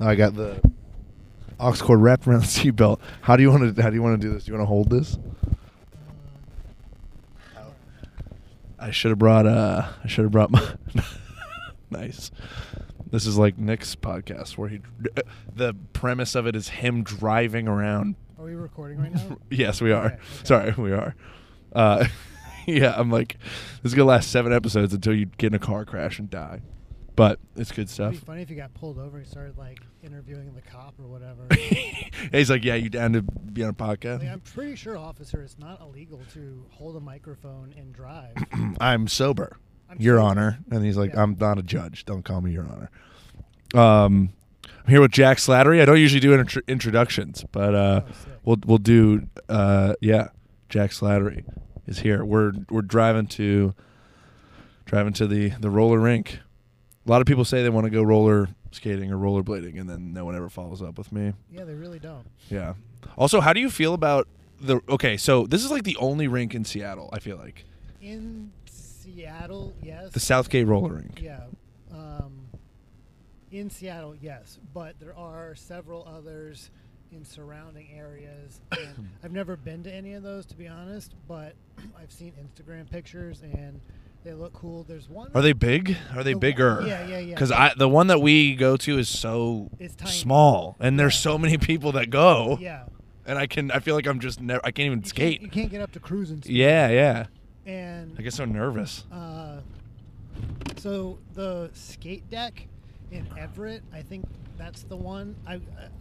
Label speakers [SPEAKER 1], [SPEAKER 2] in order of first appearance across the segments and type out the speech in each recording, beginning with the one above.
[SPEAKER 1] Now I got the aux cord wrapped around the seatbelt. How do you want to? How do you want to do this? Do you want to hold this? I should have brought. Uh, I should have brought my. nice. This is like Nick's podcast where he. uh, The premise of it is him driving around.
[SPEAKER 2] Are we recording right now?
[SPEAKER 1] yes, we are.
[SPEAKER 2] Okay, okay.
[SPEAKER 1] Sorry, we are. Uh, yeah, I'm like, this is gonna last seven episodes until you get in a car crash and die. But it's good
[SPEAKER 2] It'd
[SPEAKER 1] stuff.
[SPEAKER 2] be funny if you got pulled over and started like interviewing the cop or whatever.
[SPEAKER 1] And he's like, "Yeah, you down to be on a podcast?"
[SPEAKER 2] like, I'm pretty sure, officer, it's not illegal to hold a microphone and drive.
[SPEAKER 1] I'm sober,
[SPEAKER 2] I'm
[SPEAKER 1] Your
[SPEAKER 2] sober.
[SPEAKER 1] Honor. And he's like,
[SPEAKER 2] Yeah.
[SPEAKER 1] "I'm not a judge. Don't call me Your Honor." Um, I'm here with Jack Slattery. I don't usually do intro- introductions, but uh,
[SPEAKER 2] Oh, sick.
[SPEAKER 1] we'll we'll do. Uh, yeah, Jack Slattery is here. We're we're driving to driving to the the roller rink. A lot of people say they want to go roller skating or rollerblading, and then no one ever follows up with me.
[SPEAKER 2] yeah, they really don't.
[SPEAKER 1] Yeah. Also, how do you feel about the? Okay, so this is like the only rink in Seattle. I feel like
[SPEAKER 2] In Seattle, yes.
[SPEAKER 1] the Southgate Roller Rink.
[SPEAKER 2] Yeah. Um, in Seattle, yes, but there are several others in surrounding areas. And I've never been to any of those, to be honest, but I've seen Instagram pictures and they look cool. There's one.
[SPEAKER 1] Are they big? Are they
[SPEAKER 2] The-
[SPEAKER 1] bigger?
[SPEAKER 2] yeah, yeah, yeah.
[SPEAKER 1] Because I the one that we go to is so
[SPEAKER 2] It's tiny.
[SPEAKER 1] small, and there's
[SPEAKER 2] Yeah.
[SPEAKER 1] so many people that go,
[SPEAKER 2] Yeah.
[SPEAKER 1] and I can I feel like I'm just never I can't even
[SPEAKER 2] You
[SPEAKER 1] skate.
[SPEAKER 2] Can't, you can't get up to cruising speed.
[SPEAKER 1] yeah, yeah.
[SPEAKER 2] And
[SPEAKER 1] I get so nervous.
[SPEAKER 2] Uh, so the skate deck in Everett, I think that's the one. I, I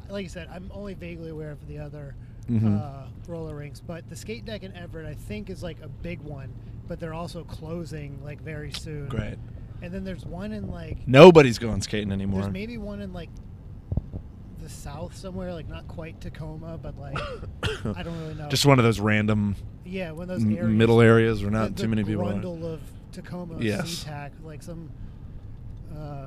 [SPEAKER 2] like I said, I'm only vaguely aware of the other
[SPEAKER 1] Mhm.
[SPEAKER 2] uh, roller rinks, but the skate deck in Everett, I think, is like a big one. But they're also closing like very soon.
[SPEAKER 1] Great.
[SPEAKER 2] And then there's one in like
[SPEAKER 1] Nobody's going skating anymore.
[SPEAKER 2] there's maybe one in like the south somewhere, like not quite Tacoma, but like I don't really know.
[SPEAKER 1] Just one of those random
[SPEAKER 2] yeah, one of those areas.
[SPEAKER 1] m- middle areas where
[SPEAKER 2] the-
[SPEAKER 1] not too
[SPEAKER 2] the
[SPEAKER 1] many people. Are.
[SPEAKER 2] Grundle of Tacoma,
[SPEAKER 1] Yes.
[SPEAKER 2] SeaTac, like some, uh,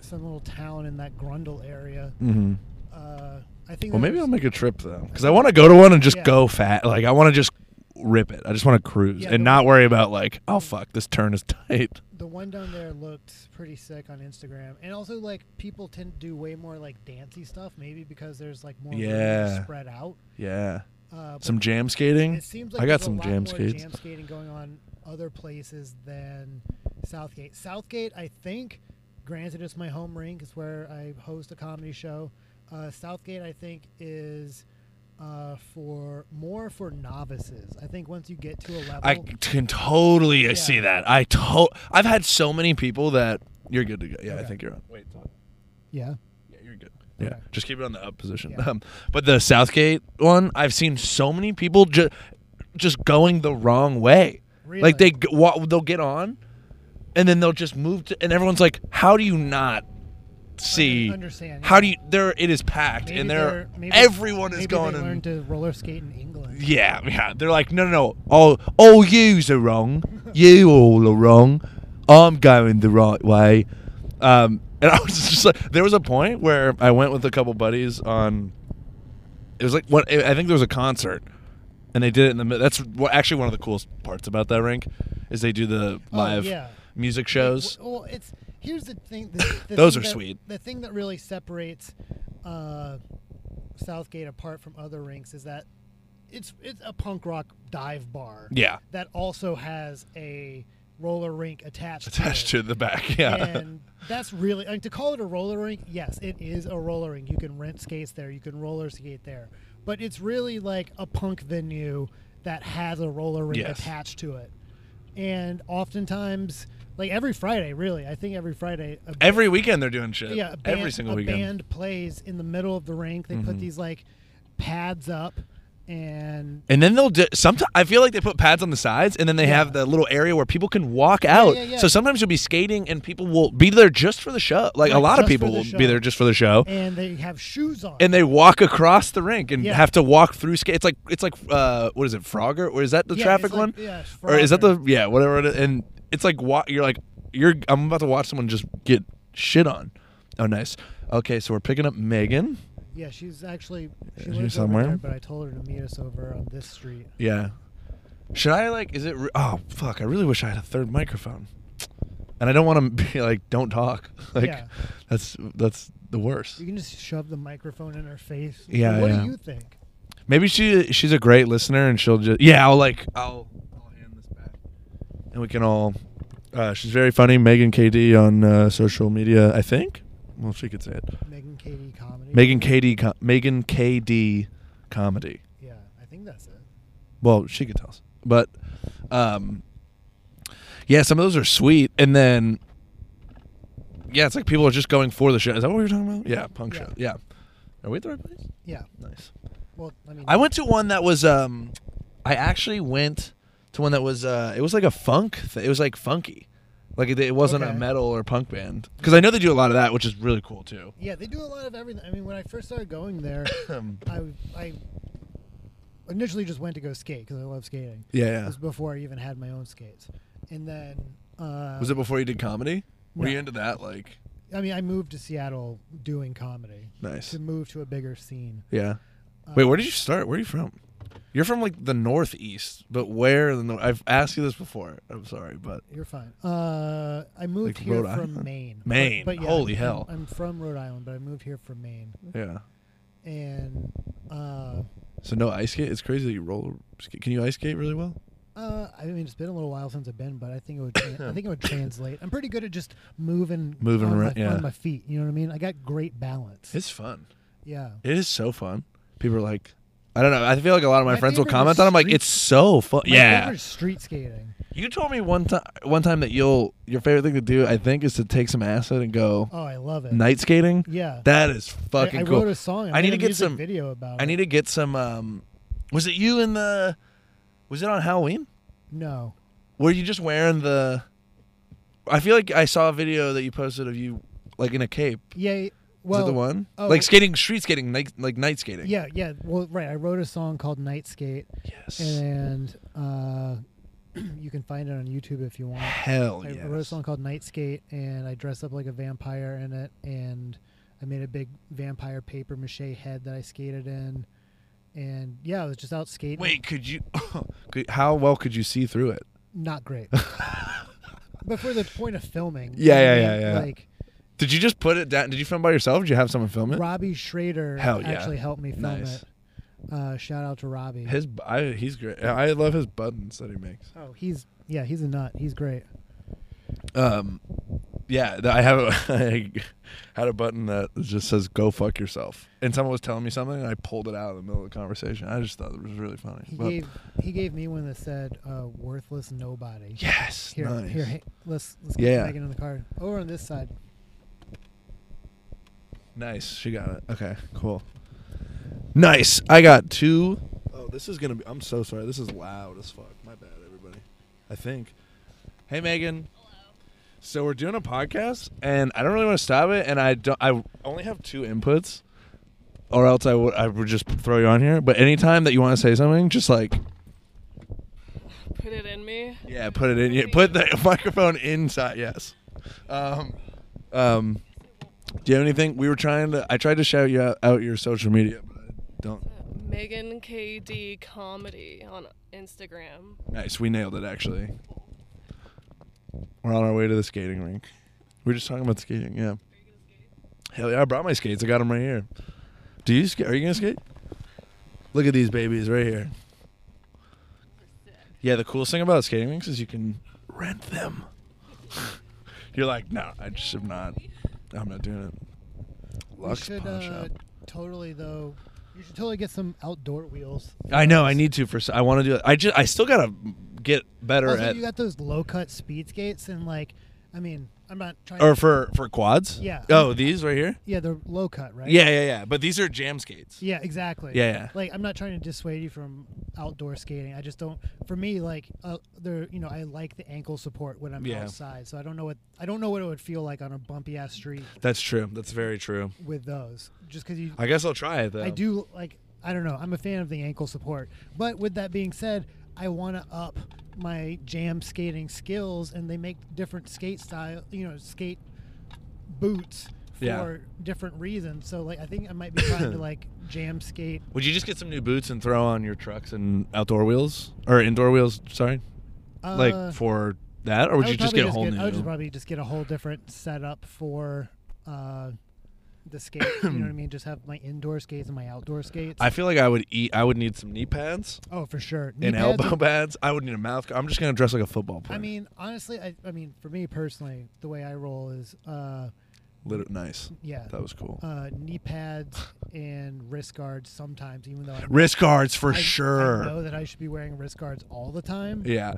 [SPEAKER 2] some little town in that Grundle area.
[SPEAKER 1] Mm-hmm.
[SPEAKER 2] Uh, I think.
[SPEAKER 1] Well, maybe
[SPEAKER 2] there's-
[SPEAKER 1] I'll make a trip though, because I want to go to one and just
[SPEAKER 2] Yeah.
[SPEAKER 1] go fat. Like I want to just rip it. I just want to cruise
[SPEAKER 2] Yeah,
[SPEAKER 1] and
[SPEAKER 2] the-
[SPEAKER 1] not worry about like, oh fuck, this turn is tight.
[SPEAKER 2] the one down there looked pretty sick on Instagram, and also like people tend to do way more like dancey stuff, maybe because there's like more room to
[SPEAKER 1] Yeah.
[SPEAKER 2] spread out.
[SPEAKER 1] Yeah,
[SPEAKER 2] Uh, but
[SPEAKER 1] some jam skating.
[SPEAKER 2] It seems like
[SPEAKER 1] I got
[SPEAKER 2] there's
[SPEAKER 1] some
[SPEAKER 2] a lot
[SPEAKER 1] jam
[SPEAKER 2] more
[SPEAKER 1] skates.
[SPEAKER 2] jam skating going on other places than Southgate. Southgate, I think, granted it's my home rink, it's where I host a comedy show. Uh, Southgate, I think, is uh, for more for novices. I think once you get to a level,
[SPEAKER 1] I can totally
[SPEAKER 2] Yeah.
[SPEAKER 1] see that. I to- I've had so many people that you're good to go. Yeah, I
[SPEAKER 2] Okay.
[SPEAKER 1] think you're on. Wait, talk.
[SPEAKER 2] yeah,
[SPEAKER 1] Yeah, you're good. Yeah,
[SPEAKER 2] Okay.
[SPEAKER 1] just keep it on the up position.
[SPEAKER 2] Yeah.
[SPEAKER 1] Um, but the Southgate one, I've seen so many people just just going the wrong way.
[SPEAKER 2] Really?
[SPEAKER 1] Like they g- wa- they'll get on, and then they'll just move to, and everyone's like, "How do you not see?
[SPEAKER 2] understand,
[SPEAKER 1] How
[SPEAKER 2] yeah.
[SPEAKER 1] do you? There, it is packed,
[SPEAKER 2] Maybe
[SPEAKER 1] and
[SPEAKER 2] they're-
[SPEAKER 1] there,
[SPEAKER 2] maybe-
[SPEAKER 1] everyone
[SPEAKER 2] maybe
[SPEAKER 1] is going
[SPEAKER 2] They
[SPEAKER 1] and
[SPEAKER 2] learned to roller skate in England.
[SPEAKER 1] yeah, yeah. They're like, no, no, no. All, all yous are wrong. You all are wrong. I'm going the right way. Um, and I was just like, there was a point where I went with a couple buddies on. It was like what I think there was a concert, and they did it in the. mid- That's wha- actually one of the coolest parts about that rink, is they do the
[SPEAKER 2] Oh,
[SPEAKER 1] live
[SPEAKER 2] yeah.
[SPEAKER 1] music shows.
[SPEAKER 2] Well, well, it's here's the thing. The, the
[SPEAKER 1] Those
[SPEAKER 2] thing
[SPEAKER 1] are
[SPEAKER 2] that-
[SPEAKER 1] sweet.
[SPEAKER 2] The thing that really separates uh, Southgate apart from other rinks is that it's it's a punk rock dive bar.
[SPEAKER 1] Yeah.
[SPEAKER 2] That also has a roller rink attached.
[SPEAKER 1] Attached
[SPEAKER 2] to it.
[SPEAKER 1] to the back, yeah.
[SPEAKER 2] And that's really I mean, to call it a roller rink. Yes, it is a roller rink. You can rent skates there. You can roller skate there. But it's really like a punk venue that has a roller rink
[SPEAKER 1] Yes.
[SPEAKER 2] attached to it. And oftentimes, like every Friday, really, I think every Friday, a
[SPEAKER 1] every weekend they're doing shit.
[SPEAKER 2] yeah, a band,
[SPEAKER 1] every single
[SPEAKER 2] a
[SPEAKER 1] weekend. Mm-hmm.
[SPEAKER 2] band plays in the middle of the rink. They put these like pads up, and
[SPEAKER 1] And then they'll do sometimes I feel like they put pads on the sides and then they have the little area where people can walk out.
[SPEAKER 2] yeah, yeah.
[SPEAKER 1] So sometimes you'll be skating and people will be there just for the show. Like a
[SPEAKER 2] Right,
[SPEAKER 1] lot of
[SPEAKER 2] just for
[SPEAKER 1] people
[SPEAKER 2] the
[SPEAKER 1] will
[SPEAKER 2] show.
[SPEAKER 1] be there just for the show.
[SPEAKER 2] and they have shoes on.
[SPEAKER 1] And they walk across the rink and
[SPEAKER 2] Yeah.
[SPEAKER 1] have to walk through skate. It's like it's like uh, what is it, Frogger? Or is that the
[SPEAKER 2] Yeah,
[SPEAKER 1] traffic
[SPEAKER 2] it's like-
[SPEAKER 1] one?
[SPEAKER 2] yeah, it's
[SPEAKER 1] or is that the
[SPEAKER 2] Frogger.
[SPEAKER 1] yeah, whatever it is. And it's like wa- you're like you're I'm about to watch someone just get shit on. Oh nice. Okay, so we're picking up Megan.
[SPEAKER 2] yeah, she's actually she
[SPEAKER 1] Is she
[SPEAKER 2] lives
[SPEAKER 1] somewhere?
[SPEAKER 2] Over there, but I told her to meet us over on this street.
[SPEAKER 1] Yeah. Should I like? Is it? Re- oh fuck! I really wish I had a third microphone. And I don't want to be like, don't talk. Like,
[SPEAKER 2] Yeah.
[SPEAKER 1] that's that's the worst.
[SPEAKER 2] You can just shove the microphone in her face.
[SPEAKER 1] Yeah,
[SPEAKER 2] What
[SPEAKER 1] yeah.
[SPEAKER 2] do you think?
[SPEAKER 1] Maybe she she's a great listener and she'll just yeah I'll like I'll I'll hand this back and we can all. Uh, she's very funny, Megan KD on uh, social media. I think. Well, she could say it.
[SPEAKER 2] Megan Katie comedy.
[SPEAKER 1] Megan KD, co- Megan KD, comedy.
[SPEAKER 2] Yeah, I think that's it.
[SPEAKER 1] Well, she could tell us, but um, yeah, some of those are sweet, and then yeah, it's like people are just going for the show. Is that what we were talking about? Yeah, punk
[SPEAKER 2] Yeah.
[SPEAKER 1] show. Yeah, are we at the right place?
[SPEAKER 2] Yeah.
[SPEAKER 1] Nice.
[SPEAKER 2] Well, I mean,
[SPEAKER 1] I went to one that was um I actually went to one that was uh it was like a funk th- it was like funky. Like it, it wasn't a
[SPEAKER 2] Okay.
[SPEAKER 1] metal or punk band cuz I know they do a lot of that which is really cool too.
[SPEAKER 2] Yeah, they do a lot of everything. I mean, when I first started going there, I I initially just went to go skate because I love skating.
[SPEAKER 1] yeah.
[SPEAKER 2] It
[SPEAKER 1] yeah.
[SPEAKER 2] was before I even had my own skates, and then uh,
[SPEAKER 1] Was it before you did comedy? Were
[SPEAKER 2] No.
[SPEAKER 1] you into that like
[SPEAKER 2] I mean, I moved to Seattle doing comedy
[SPEAKER 1] nice.
[SPEAKER 2] to move to a bigger scene. Uh,
[SPEAKER 1] Yeah. Wait, where did you start? Where are you from? You're from like the northeast, but where in the I've asked you this before. I'm sorry, but
[SPEAKER 2] You're fine. Uh, I moved
[SPEAKER 1] Like
[SPEAKER 2] here
[SPEAKER 1] Rhode
[SPEAKER 2] from
[SPEAKER 1] Island?
[SPEAKER 2] Maine.
[SPEAKER 1] Maine.
[SPEAKER 2] But, but yeah,
[SPEAKER 1] Holy
[SPEAKER 2] I'm-
[SPEAKER 1] hell.
[SPEAKER 2] I'm from Rhode Island, but I moved here from Maine,
[SPEAKER 1] yeah.
[SPEAKER 2] and uh,
[SPEAKER 1] So no ice skate. It's crazy that you roller skate. Can you ice skate really well?
[SPEAKER 2] Uh, I mean, it's been a little while since I've been, but I think it would. Tra- I think it would translate. I'm pretty good at just moving,
[SPEAKER 1] Moving
[SPEAKER 2] on
[SPEAKER 1] around,
[SPEAKER 2] my,
[SPEAKER 1] yeah.
[SPEAKER 2] on my feet. You know what I mean? I got great balance.
[SPEAKER 1] It's fun.
[SPEAKER 2] yeah,
[SPEAKER 1] It is so fun. People are like, I don't know. I feel like a lot of my,
[SPEAKER 2] My
[SPEAKER 1] friends will
[SPEAKER 2] favorite is
[SPEAKER 1] comment on. it. I'm like,
[SPEAKER 2] street-
[SPEAKER 1] it's so fun.
[SPEAKER 2] My
[SPEAKER 1] yeah.
[SPEAKER 2] favorite is street skating.
[SPEAKER 1] You told me one time, one time that you'll your favorite thing to do, I think, is to take some acid and go
[SPEAKER 2] Oh, I love it.
[SPEAKER 1] night skating.
[SPEAKER 2] Yeah,
[SPEAKER 1] That is
[SPEAKER 2] I-
[SPEAKER 1] fucking
[SPEAKER 2] I,
[SPEAKER 1] cool.
[SPEAKER 2] wrote a song.
[SPEAKER 1] I need
[SPEAKER 2] made
[SPEAKER 1] to
[SPEAKER 2] a
[SPEAKER 1] get
[SPEAKER 2] music
[SPEAKER 1] some-
[SPEAKER 2] video about.
[SPEAKER 1] I need to get some. Um, was it you in the? Was it on Halloween?
[SPEAKER 2] No,
[SPEAKER 1] Were you just wearing the? I feel like I saw a video that you posted of you like in a cape.
[SPEAKER 2] yeah.
[SPEAKER 1] Is
[SPEAKER 2] Well,
[SPEAKER 1] that the one?
[SPEAKER 2] oh.
[SPEAKER 1] like skating, street skating, like like night skating.
[SPEAKER 2] yeah, yeah. Well, right. I wrote a song called Night Skate,
[SPEAKER 1] Yes.
[SPEAKER 2] and uh, you can find it on YouTube if you want.
[SPEAKER 1] Hell
[SPEAKER 2] I
[SPEAKER 1] yeah.
[SPEAKER 2] wrote a song called Night Skate, and I dressed up like a vampire in it, and I made a big vampire paper mache head that I skated in, and yeah, I was just out skating.
[SPEAKER 1] Wait, could you? could, how well could you see through it?
[SPEAKER 2] not great. but for the point of filming, you
[SPEAKER 1] Yeah,
[SPEAKER 2] know
[SPEAKER 1] yeah,
[SPEAKER 2] what I
[SPEAKER 1] yeah,
[SPEAKER 2] mean?
[SPEAKER 1] yeah.
[SPEAKER 2] Like
[SPEAKER 1] Did you just put it down? Did you film by yourself? Or did you have someone film it?
[SPEAKER 2] Robbie Schrader
[SPEAKER 1] Hell yeah.
[SPEAKER 2] actually helped me film
[SPEAKER 1] Nice.
[SPEAKER 2] it. Uh, shout out to Robbie.
[SPEAKER 1] His, I, he's great. I love his buttons that he makes.
[SPEAKER 2] oh, he's yeah, he's a nut. He's great.
[SPEAKER 1] Um, yeah, th- I have. A, I had a button that just says "Go fuck yourself," and someone was telling me something, and I pulled it out in the middle of the conversation. I just thought it was really funny.
[SPEAKER 2] He
[SPEAKER 1] But-
[SPEAKER 2] gave he gave me one that said uh, "worthless nobody."
[SPEAKER 1] yes,
[SPEAKER 2] Here,
[SPEAKER 1] nice.
[SPEAKER 2] here, hey, let's let's get
[SPEAKER 1] Yeah.
[SPEAKER 2] Megan in the car. Over on this side.
[SPEAKER 1] nice. She got it. Okay, cool. Nice. I got two Oh, this is gonna be. I'm so sorry. This is loud as fuck. My bad, everybody. I think. Hey, Megan. So we're doing a podcast, and I don't really want to stop it, and I don't. I only have two inputs, or else I would. I would just throw you on here. But anytime that you want to say something, just like
[SPEAKER 3] Put it in me.
[SPEAKER 1] yeah, put it in. Yeah, put the microphone inside. Yes. Um, um, do you have anything? We were trying to. I tried to shout you out, out your social media, but I don't.
[SPEAKER 3] Megan KD comedy on Instagram.
[SPEAKER 1] Nice, we nailed it actually. We're on our way to the skating rink. We were just talking about skating, yeah. Hell yeah, I brought my skates. I got them right here. Do you skate? Are you gonna skate? Look at these babies right here. Yeah, the coolest thing about skating rinks is you can rent them. You're like, no, I just am not. I'm not doing it. Lux
[SPEAKER 2] we should
[SPEAKER 1] Pawn
[SPEAKER 2] uh,
[SPEAKER 1] Shop.
[SPEAKER 2] totally though. You should totally get some outdoor wheels.
[SPEAKER 1] I know. I need to for. s- I want to do it. I just. I still gotta get better
[SPEAKER 2] Also,
[SPEAKER 1] at.
[SPEAKER 2] you got those low cut speed skates and like, I mean, I'm not trying.
[SPEAKER 1] Or
[SPEAKER 2] to,
[SPEAKER 1] for for quads?
[SPEAKER 2] Yeah.
[SPEAKER 1] Oh, these right here?
[SPEAKER 2] yeah, they're low cut, right?
[SPEAKER 1] Yeah, yeah, yeah. But these are jam skates.
[SPEAKER 2] Yeah, exactly.
[SPEAKER 1] Yeah, yeah.
[SPEAKER 2] Like, I'm not trying to dissuade you from outdoor skating. I just don't. For me, like, uh, there, you know, I like the ankle support when I'm
[SPEAKER 1] Yeah.
[SPEAKER 2] outside. So I don't know what I don't know what it would feel like on a bumpy ass street
[SPEAKER 1] That's true. That's very true.
[SPEAKER 2] with those. Just because you
[SPEAKER 1] I guess I'll try it though.
[SPEAKER 2] I do like I don't know. I'm a fan of the ankle support. But with that being said, I want to up my jam skating skills, and they make different skate style, you know, skate boots for
[SPEAKER 1] Yeah.
[SPEAKER 2] different reasons. So like, I think I might be trying to like jam skate.
[SPEAKER 1] Would you just get some new boots and throw on your trucks and outdoor wheels or indoor wheels? Sorry,
[SPEAKER 2] Uh,
[SPEAKER 1] like for that, or
[SPEAKER 2] I
[SPEAKER 1] would, you just
[SPEAKER 2] probably
[SPEAKER 1] get a whole
[SPEAKER 2] I would
[SPEAKER 1] new?
[SPEAKER 2] just probably just get a whole different setup for uh, the skate. you know what I mean? Just have my indoor skates and my outdoor skates.
[SPEAKER 1] I feel like I would eat. I would need some knee pads
[SPEAKER 2] oh, for sure. Knee
[SPEAKER 1] and
[SPEAKER 2] pads
[SPEAKER 1] elbow
[SPEAKER 2] are-
[SPEAKER 1] pads. I would need a mouth. I'm just gonna dress like a football player.
[SPEAKER 2] I mean, honestly, I, I mean, for me personally, the way I roll is, uh,
[SPEAKER 1] Lit- nice.
[SPEAKER 2] yeah,
[SPEAKER 1] That was cool.
[SPEAKER 2] uh, knee pads and wrist guards sometimes, even though I,
[SPEAKER 1] Wrist guards for
[SPEAKER 2] I- I
[SPEAKER 1] sure.
[SPEAKER 2] know that I should be wearing wrist guards all the time.
[SPEAKER 1] Yeah.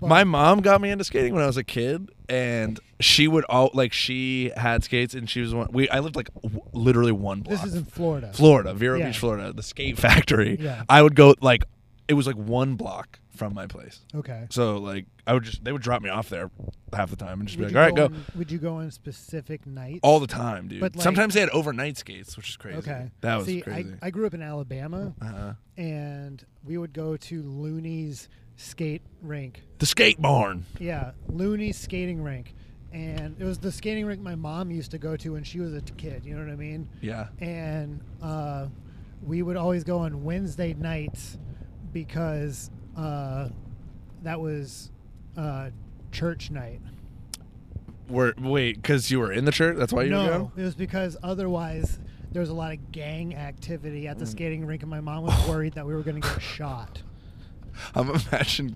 [SPEAKER 2] but-
[SPEAKER 1] My mom got me into skating when I was a kid, and she would all like she had skates, and she was one. We I lived like w- literally one block.
[SPEAKER 2] This is in Florida.
[SPEAKER 1] Florida, Vero
[SPEAKER 2] Yeah.
[SPEAKER 1] Beach, Florida, the skate factory.
[SPEAKER 2] Yeah.
[SPEAKER 1] I would go like it was like one block from my place.
[SPEAKER 2] Okay.
[SPEAKER 1] So like I would just they would drop me off there half the time and just
[SPEAKER 2] Would
[SPEAKER 1] be
[SPEAKER 2] you
[SPEAKER 1] like, all right, go.
[SPEAKER 2] on- would you go on specific nights?
[SPEAKER 1] All the time, dude.
[SPEAKER 2] But, like-
[SPEAKER 1] Sometimes they had overnight skates, which is crazy.
[SPEAKER 2] Okay.
[SPEAKER 1] That was
[SPEAKER 2] See,
[SPEAKER 1] crazy.
[SPEAKER 2] I, I grew up in Alabama,
[SPEAKER 1] uh-huh.
[SPEAKER 2] and we would go to Looney's skate rink.
[SPEAKER 1] The skate barn.
[SPEAKER 2] Yeah, Looney's skating rink, and it was the skating rink my mom used to go to when she was a t- kid. You know what I mean?
[SPEAKER 1] Yeah.
[SPEAKER 2] and uh, we would always go on Wednesday nights because uh, that was uh, church night.
[SPEAKER 1] Were wait, because you were in the church? That's why you were
[SPEAKER 2] no,
[SPEAKER 1] going?
[SPEAKER 2] it was because otherwise there was a lot of gang activity
[SPEAKER 1] Mm.
[SPEAKER 2] at the skating rink, and my mom was worried that we were going to get shot.
[SPEAKER 1] I'm imagining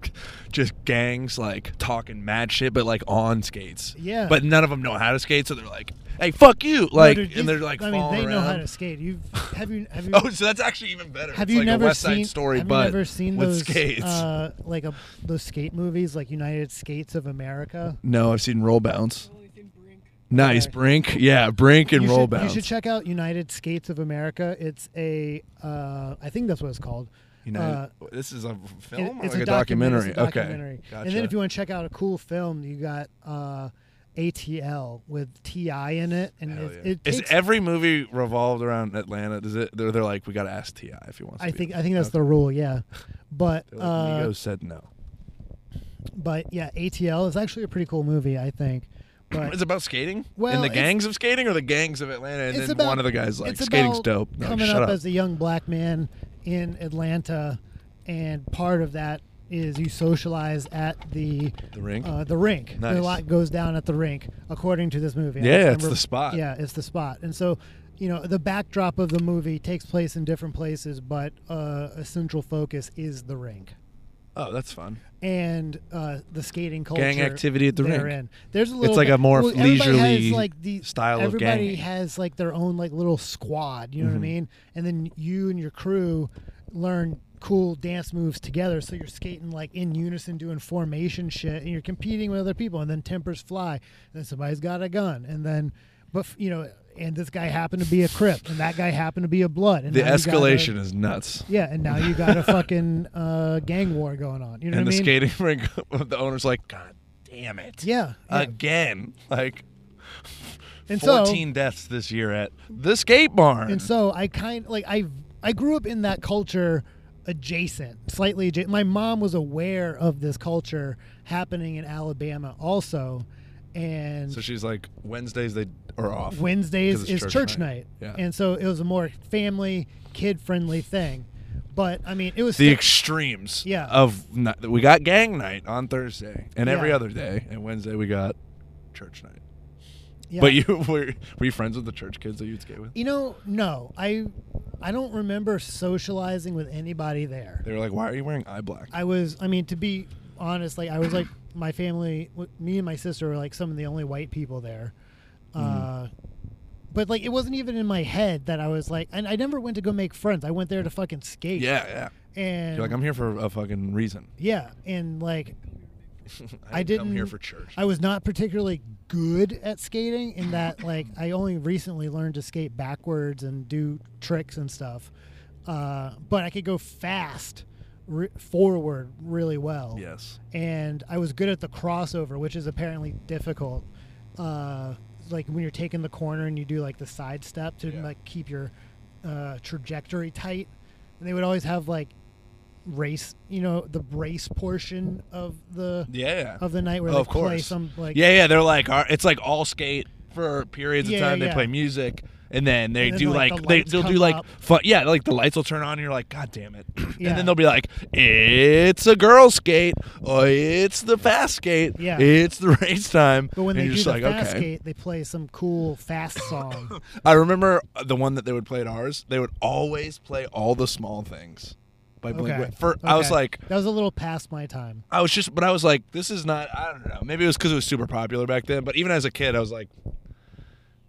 [SPEAKER 1] just gangs like talking mad shit, but like on skates.
[SPEAKER 2] Yeah.
[SPEAKER 1] But none of them know how to skate, so they're like, "Hey, fuck you!" Like,
[SPEAKER 2] No, dude, you-
[SPEAKER 1] and they're like,
[SPEAKER 2] I mean,
[SPEAKER 1] falling
[SPEAKER 2] they know how
[SPEAKER 1] around.
[SPEAKER 2] to skate. You've have you have you
[SPEAKER 1] Oh, so that's actually even better.
[SPEAKER 2] Have
[SPEAKER 1] It's
[SPEAKER 2] you
[SPEAKER 1] like
[SPEAKER 2] never
[SPEAKER 1] a West Side
[SPEAKER 2] seen?
[SPEAKER 1] Story,
[SPEAKER 2] have
[SPEAKER 1] but
[SPEAKER 2] you never seen
[SPEAKER 1] with
[SPEAKER 2] those
[SPEAKER 1] skates?
[SPEAKER 2] uh, like a, those skate movies, like United Skates of America?
[SPEAKER 1] no, I've seen Roll Bounce.
[SPEAKER 3] Only thing Brink.
[SPEAKER 1] Nice
[SPEAKER 2] Okay.
[SPEAKER 1] Brink, yeah, Brink and
[SPEAKER 2] you
[SPEAKER 1] Roll
[SPEAKER 2] should,
[SPEAKER 1] Bounce.
[SPEAKER 2] You should check out United Skates of America. It's a, uh, I think that's what it's called. uh,
[SPEAKER 1] United- this is a film.
[SPEAKER 2] It-
[SPEAKER 1] or
[SPEAKER 2] it's
[SPEAKER 1] like
[SPEAKER 2] a
[SPEAKER 1] a
[SPEAKER 2] document-
[SPEAKER 1] documentary.
[SPEAKER 2] it's a documentary.
[SPEAKER 1] Okay, gotcha.
[SPEAKER 2] And then if you want to check out a cool film, you got uh, ATL with Ti in it, and
[SPEAKER 1] Hell
[SPEAKER 2] it,
[SPEAKER 1] yeah.
[SPEAKER 2] it
[SPEAKER 1] is
[SPEAKER 2] takes-
[SPEAKER 1] every movie revolved around Atlanta? Does it? They're, they're like, we got to ask Ti if he wants.
[SPEAKER 2] I
[SPEAKER 1] to be
[SPEAKER 2] think
[SPEAKER 1] in
[SPEAKER 2] I think that's
[SPEAKER 1] Okay.
[SPEAKER 2] the rule, yeah. But
[SPEAKER 1] They're Like,
[SPEAKER 2] uh,
[SPEAKER 1] Migos said no.
[SPEAKER 2] but yeah, ATL is actually a pretty cool movie, I think. But
[SPEAKER 1] It's about skating
[SPEAKER 2] Well,
[SPEAKER 1] and the
[SPEAKER 2] it's-
[SPEAKER 1] gangs of skating or the gangs of Atlanta. And
[SPEAKER 2] it's
[SPEAKER 1] then
[SPEAKER 2] about
[SPEAKER 1] one of the guys like
[SPEAKER 2] it's
[SPEAKER 1] skating's
[SPEAKER 2] about
[SPEAKER 1] dope. No,
[SPEAKER 2] coming
[SPEAKER 1] shut
[SPEAKER 2] up,
[SPEAKER 1] up.
[SPEAKER 2] as a young black man in Atlanta, and part of that is you socialize at the
[SPEAKER 1] the rink.
[SPEAKER 2] uh, the rink.
[SPEAKER 1] Nice.
[SPEAKER 2] The lot goes down at the rink, according to this movie. I
[SPEAKER 1] Yeah,
[SPEAKER 2] just
[SPEAKER 1] it's the spot.
[SPEAKER 2] Yeah, it's the spot. And so, you know, the backdrop of the movie takes place in different places, but uh, a central focus is the rink
[SPEAKER 1] oh, that's fun.
[SPEAKER 2] and uh, the skating culture.
[SPEAKER 1] Gang activity at the rink.
[SPEAKER 2] therein. There's a little.
[SPEAKER 1] like
[SPEAKER 2] bit-
[SPEAKER 1] a more
[SPEAKER 2] well, everybody
[SPEAKER 1] leisurely
[SPEAKER 2] has, like, the,
[SPEAKER 1] style of
[SPEAKER 2] Everybody
[SPEAKER 1] gang. Mm-hmm.
[SPEAKER 2] has like their own like little squad. You know what I mean? And then you and your crew learn cool dance moves together. So you're skating like in unison, doing formation shit, and you're competing with other people. And then tempers fly. And then somebody's got a gun. And then, but f- you know. And this guy happened to be a Crip, and that guy happened to be a Blood. And
[SPEAKER 1] The
[SPEAKER 2] now you got a-
[SPEAKER 1] escalation is nuts.
[SPEAKER 2] yeah, and now you got a fucking uh, gang war going on. You know
[SPEAKER 1] and
[SPEAKER 2] what
[SPEAKER 1] the
[SPEAKER 2] I mean?
[SPEAKER 1] skating rink, the owner's like, God damn it.
[SPEAKER 2] Yeah, yeah.
[SPEAKER 1] Again. Like,
[SPEAKER 2] and
[SPEAKER 1] 14 deaths this year at the skate barn.
[SPEAKER 2] so and so I kind like I I grew up in that culture adjacent, slightly adjacent. My mom was aware of this culture happening in Alabama also, and
[SPEAKER 1] So she's like, Wednesdays they are off.
[SPEAKER 2] Wednesdays
[SPEAKER 1] 'Cause it's
[SPEAKER 2] is church, night,
[SPEAKER 1] Yeah.
[SPEAKER 2] and so it was a more family kid friendly thing. But I mean, it was
[SPEAKER 1] the
[SPEAKER 2] still-
[SPEAKER 1] extremes
[SPEAKER 2] Yeah.
[SPEAKER 1] of night. we got gang night on Thursday and every
[SPEAKER 2] Yeah.
[SPEAKER 1] other day and Wednesday we got church night.
[SPEAKER 2] yeah.
[SPEAKER 1] But you were were you friends with the church kids that you'd skate with?
[SPEAKER 2] you know, no, I I don't remember socializing with anybody there.
[SPEAKER 1] They were like, "Why are you wearing eye black?"
[SPEAKER 2] I was, I mean, to be honest, like I was like my family, w- me and my sister were like some of the only white people there.
[SPEAKER 1] Mm-hmm.
[SPEAKER 2] Uh, but like it wasn't even in my head that I was like, and I never went to go make friends. I went there to fucking skate.
[SPEAKER 1] yeah, yeah.
[SPEAKER 2] and
[SPEAKER 1] You're like, "I'm here for a fucking reason."
[SPEAKER 2] yeah, and like I
[SPEAKER 1] come here
[SPEAKER 2] didn't-
[SPEAKER 1] for church.
[SPEAKER 2] I was not particularly good at skating in that like I only recently learned to skate backwards and do tricks and stuff. Uh, but I could go fast, re- forward really well
[SPEAKER 1] yes.
[SPEAKER 2] and I was good at the crossover, which is apparently difficult. Uh, like when you're taking the corner and you do like the side step to
[SPEAKER 1] Yeah.
[SPEAKER 2] like keep your uh, trajectory tight, and they would always have like race, you know, the race portion of the
[SPEAKER 1] Yeah. Oh,
[SPEAKER 2] of the night where
[SPEAKER 1] Of
[SPEAKER 2] they play
[SPEAKER 1] course.
[SPEAKER 2] some like
[SPEAKER 1] yeah, yeah. They're like, "Our- "It's like all skate for periods
[SPEAKER 2] Yeah,
[SPEAKER 1] of time. They
[SPEAKER 2] yeah.
[SPEAKER 1] play music." and then they
[SPEAKER 2] And then,
[SPEAKER 1] do
[SPEAKER 2] like,
[SPEAKER 1] like,
[SPEAKER 2] the
[SPEAKER 1] they
[SPEAKER 2] lights
[SPEAKER 1] they'll
[SPEAKER 2] come
[SPEAKER 1] do like
[SPEAKER 2] up.
[SPEAKER 1] fun, yeah, like the lights will turn on. and You're like, God damn it!
[SPEAKER 2] Yeah.
[SPEAKER 1] And then they'll be like, It's a girl skate, or it's the fast skate,
[SPEAKER 2] Yeah.
[SPEAKER 1] it's the race time.
[SPEAKER 2] But when
[SPEAKER 1] and
[SPEAKER 2] they
[SPEAKER 1] you're
[SPEAKER 2] do
[SPEAKER 1] just
[SPEAKER 2] the
[SPEAKER 1] like,
[SPEAKER 2] fast
[SPEAKER 1] okay.
[SPEAKER 2] skate, they play some cool fast song.
[SPEAKER 1] I remember the one that they would play at ours. They would always play all the small things by Blink.
[SPEAKER 2] Okay.
[SPEAKER 1] One- For I was
[SPEAKER 2] Okay.
[SPEAKER 1] like,
[SPEAKER 2] that was a little past my time.
[SPEAKER 1] I was just, but I was like, this is not. I don't know. Maybe it was because it was super popular back then. But even as a kid, I was like,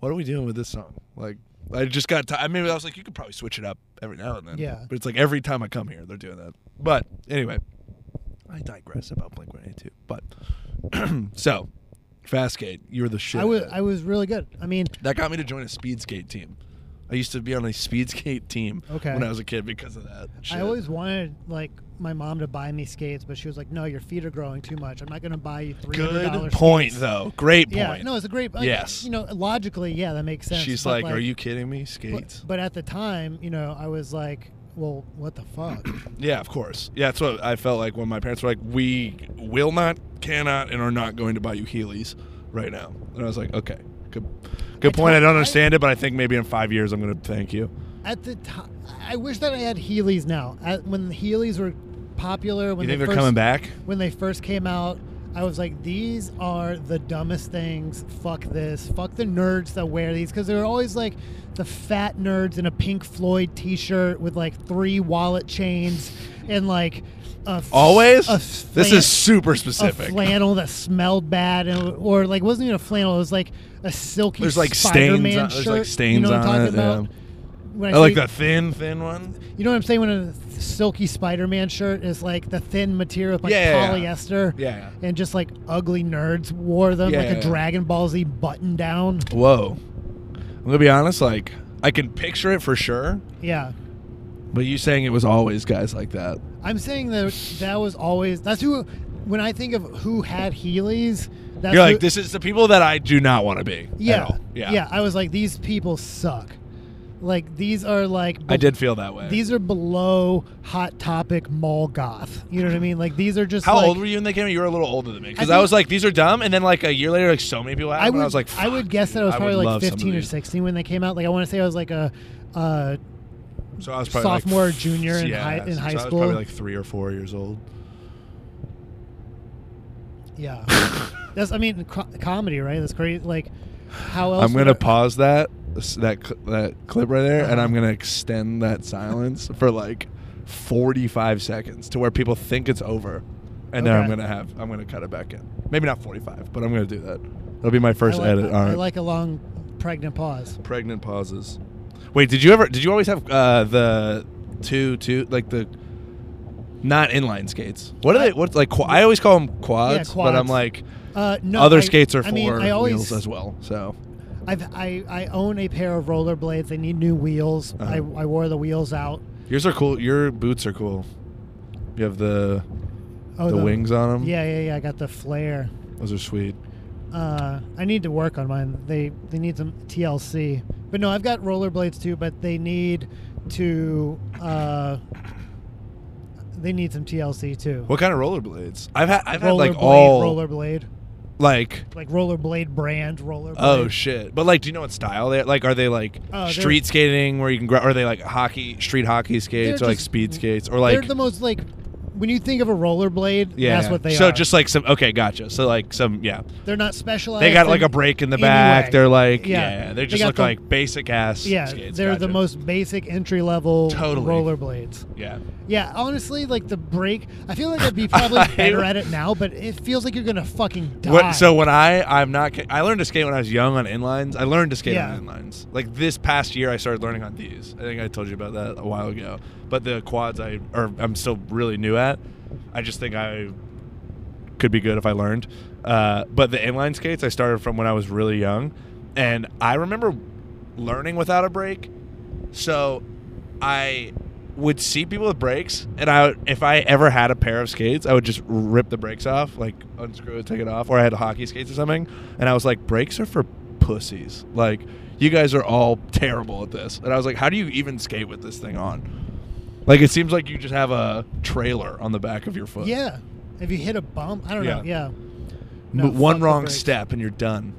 [SPEAKER 1] what are we doing with this song? Like, I just got. T- I mean, I was like, you could probably switch it up every now and then.
[SPEAKER 2] Yeah.
[SPEAKER 1] But it's like every time I come here, they're doing that. But anyway, I digress about Blink One Eight Two. But so, fast skate, you were the shit.
[SPEAKER 2] I was I was really good. I mean,
[SPEAKER 1] That got me to join a speed skate team. I used to be on a speed skate team
[SPEAKER 2] Okay.
[SPEAKER 1] when I was a kid because of that. Shit.
[SPEAKER 2] I always wanted like my mom to buy me skates, but she was like, "No, your feet are growing too much. I'm not going to buy you three hundred
[SPEAKER 1] good
[SPEAKER 2] dollars."
[SPEAKER 1] point though. Great point.
[SPEAKER 2] Yeah, no, it's a great. Like,
[SPEAKER 1] Yes.
[SPEAKER 2] you know, logically, yeah, that makes sense.
[SPEAKER 1] She's
[SPEAKER 2] but,
[SPEAKER 1] like, "Are you kidding me? Skates?"
[SPEAKER 2] But, but at the time, you know, I was like, "Well, what the fuck?"
[SPEAKER 1] yeah, of course. Yeah, that's what I felt like when my parents were like, "We will not, cannot, and are not going to buy you Heelys right now." And I was like, "Okay, good, good
[SPEAKER 2] I
[SPEAKER 1] point. I
[SPEAKER 2] told-
[SPEAKER 1] don't
[SPEAKER 2] I-
[SPEAKER 1] understand it, but I think maybe in five years I'm going to thank you."
[SPEAKER 2] at the time, I wish that I had Heelys now. At, when the Heelys were popular, when
[SPEAKER 1] you think they're
[SPEAKER 2] they first,
[SPEAKER 1] coming back?
[SPEAKER 2] when they first came out, I was like, these are the dumbest things. Fuck this. Fuck the nerds that wear these. Because they were always like the fat nerds in a Pink Floyd t shirt with like three wallet chains and like a. f-
[SPEAKER 1] Always.
[SPEAKER 2] a
[SPEAKER 1] this
[SPEAKER 2] flan-
[SPEAKER 1] is super
[SPEAKER 2] A
[SPEAKER 1] specific.
[SPEAKER 2] flannel that smelled bad, and, or like wasn't even a flannel. It was like a silky
[SPEAKER 1] There's, like, stains
[SPEAKER 2] Spider-Man
[SPEAKER 1] on-
[SPEAKER 2] shirt.
[SPEAKER 1] there's, like,
[SPEAKER 2] you
[SPEAKER 1] stains
[SPEAKER 2] know what I'm
[SPEAKER 1] on
[SPEAKER 2] talking
[SPEAKER 1] it,
[SPEAKER 2] about?
[SPEAKER 1] yeah.
[SPEAKER 2] When
[SPEAKER 1] I Oh, like
[SPEAKER 2] say-
[SPEAKER 1] the thin, thin one.
[SPEAKER 2] you know what I'm saying? When a th- silky Spider-Man shirt is like the thin material, with, like
[SPEAKER 1] Yeah, yeah, yeah.
[SPEAKER 2] polyester,
[SPEAKER 1] Yeah.
[SPEAKER 2] and just like ugly nerds wore them,
[SPEAKER 1] Yeah,
[SPEAKER 2] like
[SPEAKER 1] yeah,
[SPEAKER 2] a
[SPEAKER 1] yeah.
[SPEAKER 2] Dragon Ball Z button down.
[SPEAKER 1] Whoa. I'm gonna be honest, like I can picture it for sure,
[SPEAKER 2] Yeah,
[SPEAKER 1] but you saying it was always guys like that.
[SPEAKER 2] I'm saying that that was always that's who. When I think of who had Heelys, that's
[SPEAKER 1] You're
[SPEAKER 2] who-
[SPEAKER 1] like, this is the people that I do not want to be. at
[SPEAKER 2] Yeah,
[SPEAKER 1] all. Yeah.
[SPEAKER 2] I was like, these people suck. Like these are like
[SPEAKER 1] I
[SPEAKER 2] bel-
[SPEAKER 1] did feel that way.
[SPEAKER 2] These are below Hot Topic mall goth. You know what I mean? Like these are just
[SPEAKER 1] How
[SPEAKER 2] like,
[SPEAKER 1] old were you when they came? out? You were a little older than me. Because
[SPEAKER 2] I
[SPEAKER 1] I,
[SPEAKER 2] think-
[SPEAKER 1] was like, these are dumb. And then like a year later, like so many people had
[SPEAKER 2] I
[SPEAKER 1] them.
[SPEAKER 2] would,
[SPEAKER 1] and I was like,
[SPEAKER 2] I would
[SPEAKER 1] "Fuck,
[SPEAKER 2] guess that I was
[SPEAKER 1] dude,
[SPEAKER 2] probably
[SPEAKER 1] would
[SPEAKER 2] like
[SPEAKER 1] love some of
[SPEAKER 2] 15 or
[SPEAKER 1] these."
[SPEAKER 2] 16 when they came out. Like I want to say I was like a uh,
[SPEAKER 1] So I was probably like,
[SPEAKER 2] sophomore,
[SPEAKER 1] f-
[SPEAKER 2] junior in
[SPEAKER 1] yeah,
[SPEAKER 2] high- in
[SPEAKER 1] so
[SPEAKER 2] high
[SPEAKER 1] I was
[SPEAKER 2] school.
[SPEAKER 1] probably like three or four years old.
[SPEAKER 2] yeah. That's I mean co- comedy, right? That's crazy. Like how else?
[SPEAKER 1] I'm
[SPEAKER 2] would
[SPEAKER 1] gonna
[SPEAKER 2] I-
[SPEAKER 1] pause that that cl- that clip right there, and
[SPEAKER 2] Uh-huh.
[SPEAKER 1] I'm gonna extend that silence for like 45 seconds to where people think it's over, and then I'm
[SPEAKER 2] Okay.
[SPEAKER 1] gonna have I'm gonna cut it back in. Maybe not 45, but I'm gonna do that. It'll be my first
[SPEAKER 2] I like,
[SPEAKER 1] edit. All
[SPEAKER 2] I
[SPEAKER 1] right.
[SPEAKER 2] like a long pregnant pause.
[SPEAKER 1] Pregnant pauses. Wait, did you ever? Did you always have uh, the two two like the not inline skates? What are they? What's like? Qu- I always call them quads, but I'm
[SPEAKER 2] quads.
[SPEAKER 1] like.
[SPEAKER 2] Uh, no,
[SPEAKER 1] other
[SPEAKER 2] I-
[SPEAKER 1] skates are
[SPEAKER 2] I
[SPEAKER 1] four
[SPEAKER 2] mean, I always,
[SPEAKER 1] wheels as well. So
[SPEAKER 2] I've, I I own a pair of rollerblades. They need new wheels. I,
[SPEAKER 1] Uh-huh.
[SPEAKER 2] I wore the wheels out.
[SPEAKER 1] yours are cool. Your boots are cool. You have the
[SPEAKER 2] Oh,
[SPEAKER 1] the, wings on them.
[SPEAKER 2] Yeah, yeah, yeah. I got the flare.
[SPEAKER 1] those are sweet.
[SPEAKER 2] Uh, I need to work on mine. They they need some TLC. But no, I've got rollerblades too. But they need to uh, they need some TLC too.
[SPEAKER 1] What kind of rollerblades? I've had I've had
[SPEAKER 2] rollerblade,
[SPEAKER 1] like all
[SPEAKER 2] rollerblade,
[SPEAKER 1] like
[SPEAKER 2] like rollerblade brand rollerblade.
[SPEAKER 1] oh shit. But like, do you know what style they like? Are they like
[SPEAKER 2] Oh, they're-
[SPEAKER 1] street skating where you can grab? Are they like hockey street hockey skates
[SPEAKER 2] They're
[SPEAKER 1] or like
[SPEAKER 2] just-
[SPEAKER 1] speed skates or
[SPEAKER 2] they're
[SPEAKER 1] like
[SPEAKER 2] the most like when you think of a rollerblade,
[SPEAKER 1] yeah?
[SPEAKER 2] that's what they
[SPEAKER 1] so
[SPEAKER 2] are.
[SPEAKER 1] just like some okay, gotcha. So like some yeah,
[SPEAKER 2] they're not specialized.
[SPEAKER 1] they got like
[SPEAKER 2] in
[SPEAKER 1] a break in the
[SPEAKER 2] any
[SPEAKER 1] back.
[SPEAKER 2] way.
[SPEAKER 1] They're like
[SPEAKER 2] Yeah.
[SPEAKER 1] yeah, they
[SPEAKER 2] They
[SPEAKER 1] just
[SPEAKER 2] got
[SPEAKER 1] look
[SPEAKER 2] the-
[SPEAKER 1] like basic ass.
[SPEAKER 2] yeah,
[SPEAKER 1] skates,
[SPEAKER 2] they're the
[SPEAKER 1] gotcha.
[SPEAKER 2] most basic entry level
[SPEAKER 1] Totally.
[SPEAKER 2] rollerblades.
[SPEAKER 1] yeah.
[SPEAKER 2] Yeah, honestly, like the break, I feel like I'd be probably
[SPEAKER 1] I hate
[SPEAKER 2] better
[SPEAKER 1] it.
[SPEAKER 2] at it now, but it feels like you're gonna fucking die.
[SPEAKER 1] What, so when I I'm not ki- I learned to skate when I was young on inlines. I learned to skate
[SPEAKER 2] Yeah.
[SPEAKER 1] on inlines. Like this past year, I started learning on these. I think I told you about that a while ago. But the quads I or I'm still really new at. I just think I could be good if I learned. Uh, but the inline skates I started from when I was really young, and I remember learning without a break. So I would see people with brakes, and I if I ever had a pair of skates, I would just rip the brakes off, like unscrew it, take it off, or I had hockey skates or something, and I was like, brakes are for pussies. Like you guys are all terrible at this, and I was like, how do you even skate with this thing on? Like it seems like you just have a trailer on the back of your foot.
[SPEAKER 2] yeah, if you hit a bump, I don't know. Yeah, No,
[SPEAKER 1] But one
[SPEAKER 2] fuck the
[SPEAKER 1] wrong
[SPEAKER 2] brakes.
[SPEAKER 1] step and you're done.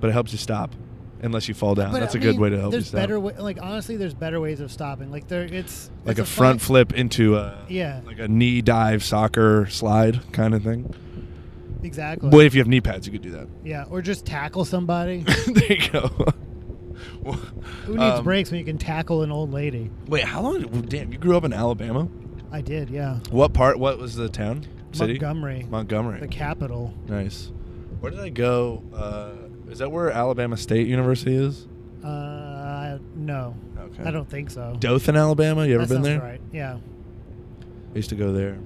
[SPEAKER 1] But it helps you stop. unless you fall down.
[SPEAKER 2] But
[SPEAKER 1] Oh, That's
[SPEAKER 2] I
[SPEAKER 1] a good
[SPEAKER 2] mean,
[SPEAKER 1] way to help
[SPEAKER 2] There's
[SPEAKER 1] yourself.
[SPEAKER 2] better way, like honestly, there's better ways of stopping. Like there, it's
[SPEAKER 1] like
[SPEAKER 2] it's
[SPEAKER 1] a, front
[SPEAKER 2] fight.
[SPEAKER 1] flip into a
[SPEAKER 2] Yeah.
[SPEAKER 1] like a knee dive soccer slide kind of thing.
[SPEAKER 2] Exactly.
[SPEAKER 1] But if you have knee pads, you could do that.
[SPEAKER 2] Yeah, or just tackle somebody.
[SPEAKER 1] there you go. Well,
[SPEAKER 2] Who needs
[SPEAKER 1] um,
[SPEAKER 2] breaks when you can tackle an old lady?
[SPEAKER 1] Wait, how long? well, damn, you grew up in Alabama.
[SPEAKER 2] I did, yeah.
[SPEAKER 1] What part? What was the town? City?
[SPEAKER 2] Montgomery,
[SPEAKER 1] Montgomery.
[SPEAKER 2] the capital.
[SPEAKER 1] Nice. Where did I go? Uh, is that where Alabama State University is?
[SPEAKER 2] Uh, no,
[SPEAKER 1] Okay.
[SPEAKER 2] I don't think so.
[SPEAKER 1] Dothan, Alabama. You ever
[SPEAKER 2] That
[SPEAKER 1] been
[SPEAKER 2] sounds
[SPEAKER 1] there?
[SPEAKER 2] Right. Yeah.
[SPEAKER 1] I used to go there.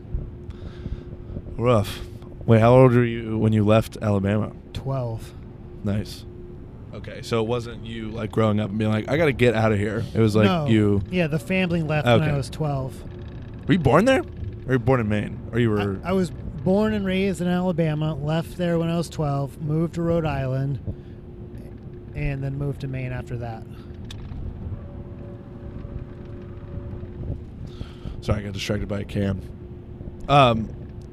[SPEAKER 1] Rough. Wait, how old were you when you left Alabama?
[SPEAKER 2] Twelve.
[SPEAKER 1] Nice. Okay, so it wasn't you like growing up and being like, I gotta get out of here. It was like
[SPEAKER 2] no.
[SPEAKER 1] you.
[SPEAKER 2] Yeah, the family left when
[SPEAKER 1] Okay.
[SPEAKER 2] I was twelve.
[SPEAKER 1] Were you born there? Or you born in Maine? Or you were?
[SPEAKER 2] I, I was born and raised in Alabama. Left there when I was twelve. Moved to Rhode Island, and then moved to Maine after that.
[SPEAKER 1] Sorry, I got distracted by a can. Um,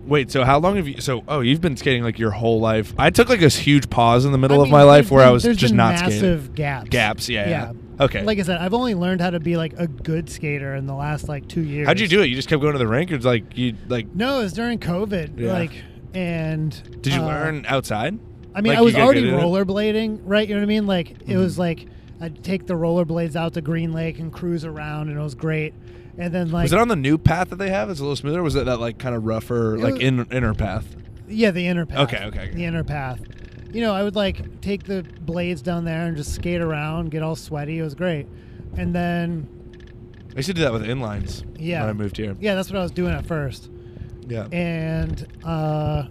[SPEAKER 1] wait. So how long have you? So oh, you've been skating like your whole life. I took like this huge pause in the middle
[SPEAKER 2] I
[SPEAKER 1] of
[SPEAKER 2] mean,
[SPEAKER 1] my life
[SPEAKER 2] there's
[SPEAKER 1] where I
[SPEAKER 2] been-
[SPEAKER 1] was
[SPEAKER 2] there's
[SPEAKER 1] just
[SPEAKER 2] been
[SPEAKER 1] not
[SPEAKER 2] massive
[SPEAKER 1] skating.
[SPEAKER 2] gaps.
[SPEAKER 1] Gaps. Yeah. yeah.
[SPEAKER 2] Yeah.
[SPEAKER 1] Okay.
[SPEAKER 2] Like I said, I've only learned how to be like a good skater in the last like two years.
[SPEAKER 1] How'd you do it? You just kept going to the rink, or it's like you like?
[SPEAKER 2] No, it was during COVID.
[SPEAKER 1] Yeah.
[SPEAKER 2] Like, and
[SPEAKER 1] Did you
[SPEAKER 2] uh,
[SPEAKER 1] learn outside?
[SPEAKER 2] I mean,
[SPEAKER 1] like,
[SPEAKER 2] I
[SPEAKER 1] you
[SPEAKER 2] was
[SPEAKER 1] got good
[SPEAKER 2] already
[SPEAKER 1] at it?
[SPEAKER 2] rollerblading, right? You know what I mean? Like, it was like I'd take the rollerblades out to Green Lake and cruise around, and it was great. And then like,
[SPEAKER 1] was it on the new path that they have? It's a little smoother. Or was it that like kind of rougher,
[SPEAKER 2] It
[SPEAKER 1] like
[SPEAKER 2] was-
[SPEAKER 1] in, inner path?
[SPEAKER 2] yeah, the inner path.
[SPEAKER 1] Okay, okay, okay.
[SPEAKER 2] The inner path. You know, I would like take the blades down there and just skate around, get all sweaty. It was great. And then
[SPEAKER 1] I used to do that with inlines.
[SPEAKER 2] Yeah.
[SPEAKER 1] When I moved here.
[SPEAKER 2] yeah, that's what I was doing at first.
[SPEAKER 1] Yeah.
[SPEAKER 2] and uh,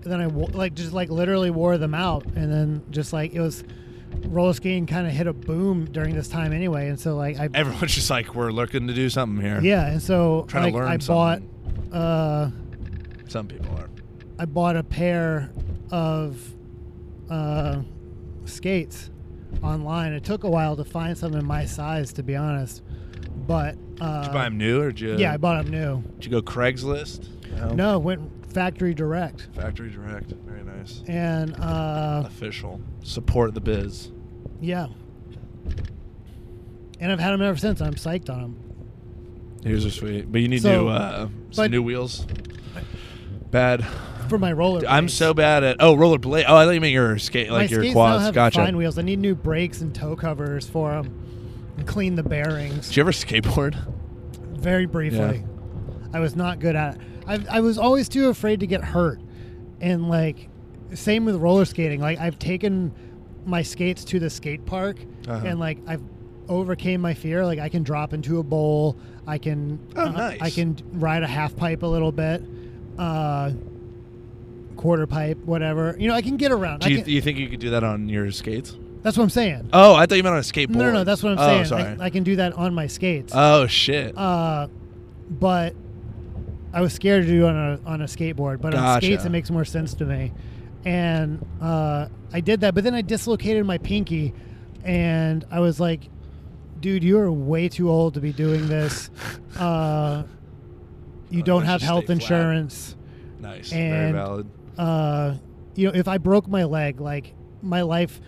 [SPEAKER 2] then I wo- like just like literally wore them out, and then just like it was roller skating kind of hit a boom during this time anyway, and so like I
[SPEAKER 1] Everyone's just like, we're looking to do something here.
[SPEAKER 2] yeah, and so
[SPEAKER 1] Trying
[SPEAKER 2] like
[SPEAKER 1] to learn
[SPEAKER 2] I
[SPEAKER 1] something.
[SPEAKER 2] bought uh,
[SPEAKER 1] Some people are.
[SPEAKER 2] I bought a pair of uh, skates online. It took a while to find some in my size, to be honest, but uh,
[SPEAKER 1] Did you buy them new Oh. or did you?
[SPEAKER 2] yeah, I bought them new.
[SPEAKER 1] Did you go Craigslist?
[SPEAKER 2] No, went factory direct,
[SPEAKER 1] Factory Direct. Very nice.
[SPEAKER 2] and uh,
[SPEAKER 1] Official. Support the biz.
[SPEAKER 2] Yeah. And I've had them ever since. and I'm psyched on them.
[SPEAKER 1] Here's are sweet. But you need
[SPEAKER 2] So-
[SPEAKER 1] new, uh, some
[SPEAKER 2] but-
[SPEAKER 1] new wheels. Bad.
[SPEAKER 2] For my roller.
[SPEAKER 1] I'm
[SPEAKER 2] blades.
[SPEAKER 1] so bad at oh rollerblade. Oh, I thought you meant your skate,
[SPEAKER 2] my
[SPEAKER 1] like your
[SPEAKER 2] skates
[SPEAKER 1] quads.
[SPEAKER 2] Now have
[SPEAKER 1] gotcha.
[SPEAKER 2] Fine wheels. I need new brakes and toe covers for them. And clean the
[SPEAKER 1] Did
[SPEAKER 2] bearings.
[SPEAKER 1] you ever skateboard?
[SPEAKER 2] Very briefly. I was not good at it. I, I was always too afraid to get hurt. And like, same with roller skating. Like I've taken my skates to the skate park,
[SPEAKER 1] Uh-huh.
[SPEAKER 2] and like I've overcame my fear. Like I can drop into a bowl. I can.
[SPEAKER 1] Oh,
[SPEAKER 2] uh,
[SPEAKER 1] nice.
[SPEAKER 2] I can ride a half pipe a little bit. Uh, quarter pipe whatever you know i can get around
[SPEAKER 1] Do
[SPEAKER 2] I
[SPEAKER 1] you,
[SPEAKER 2] can-
[SPEAKER 1] you think you could do that on your skates?
[SPEAKER 2] that's what i'm saying
[SPEAKER 1] Oh, I thought you meant on a skateboard.
[SPEAKER 2] no no no that's what i'm
[SPEAKER 1] oh,
[SPEAKER 2] saying
[SPEAKER 1] Sorry.
[SPEAKER 2] I, I can do that on my skates
[SPEAKER 1] oh shit.
[SPEAKER 2] uh, but I was scared to do it on a on a skateboard. But on
[SPEAKER 1] Gotcha.
[SPEAKER 2] skates, it makes more sense to me. And uh, I did that, but then I dislocated my pinky, and I was like, "Dude, you are way too old to be doing this. Uh, you
[SPEAKER 1] Uh,
[SPEAKER 2] don't
[SPEAKER 1] let's
[SPEAKER 2] have
[SPEAKER 1] just
[SPEAKER 2] health
[SPEAKER 1] stay flat.
[SPEAKER 2] insurance.
[SPEAKER 1] nice. Very
[SPEAKER 2] and-
[SPEAKER 1] valid.
[SPEAKER 2] Uh, you know, if I broke my leg, like my life."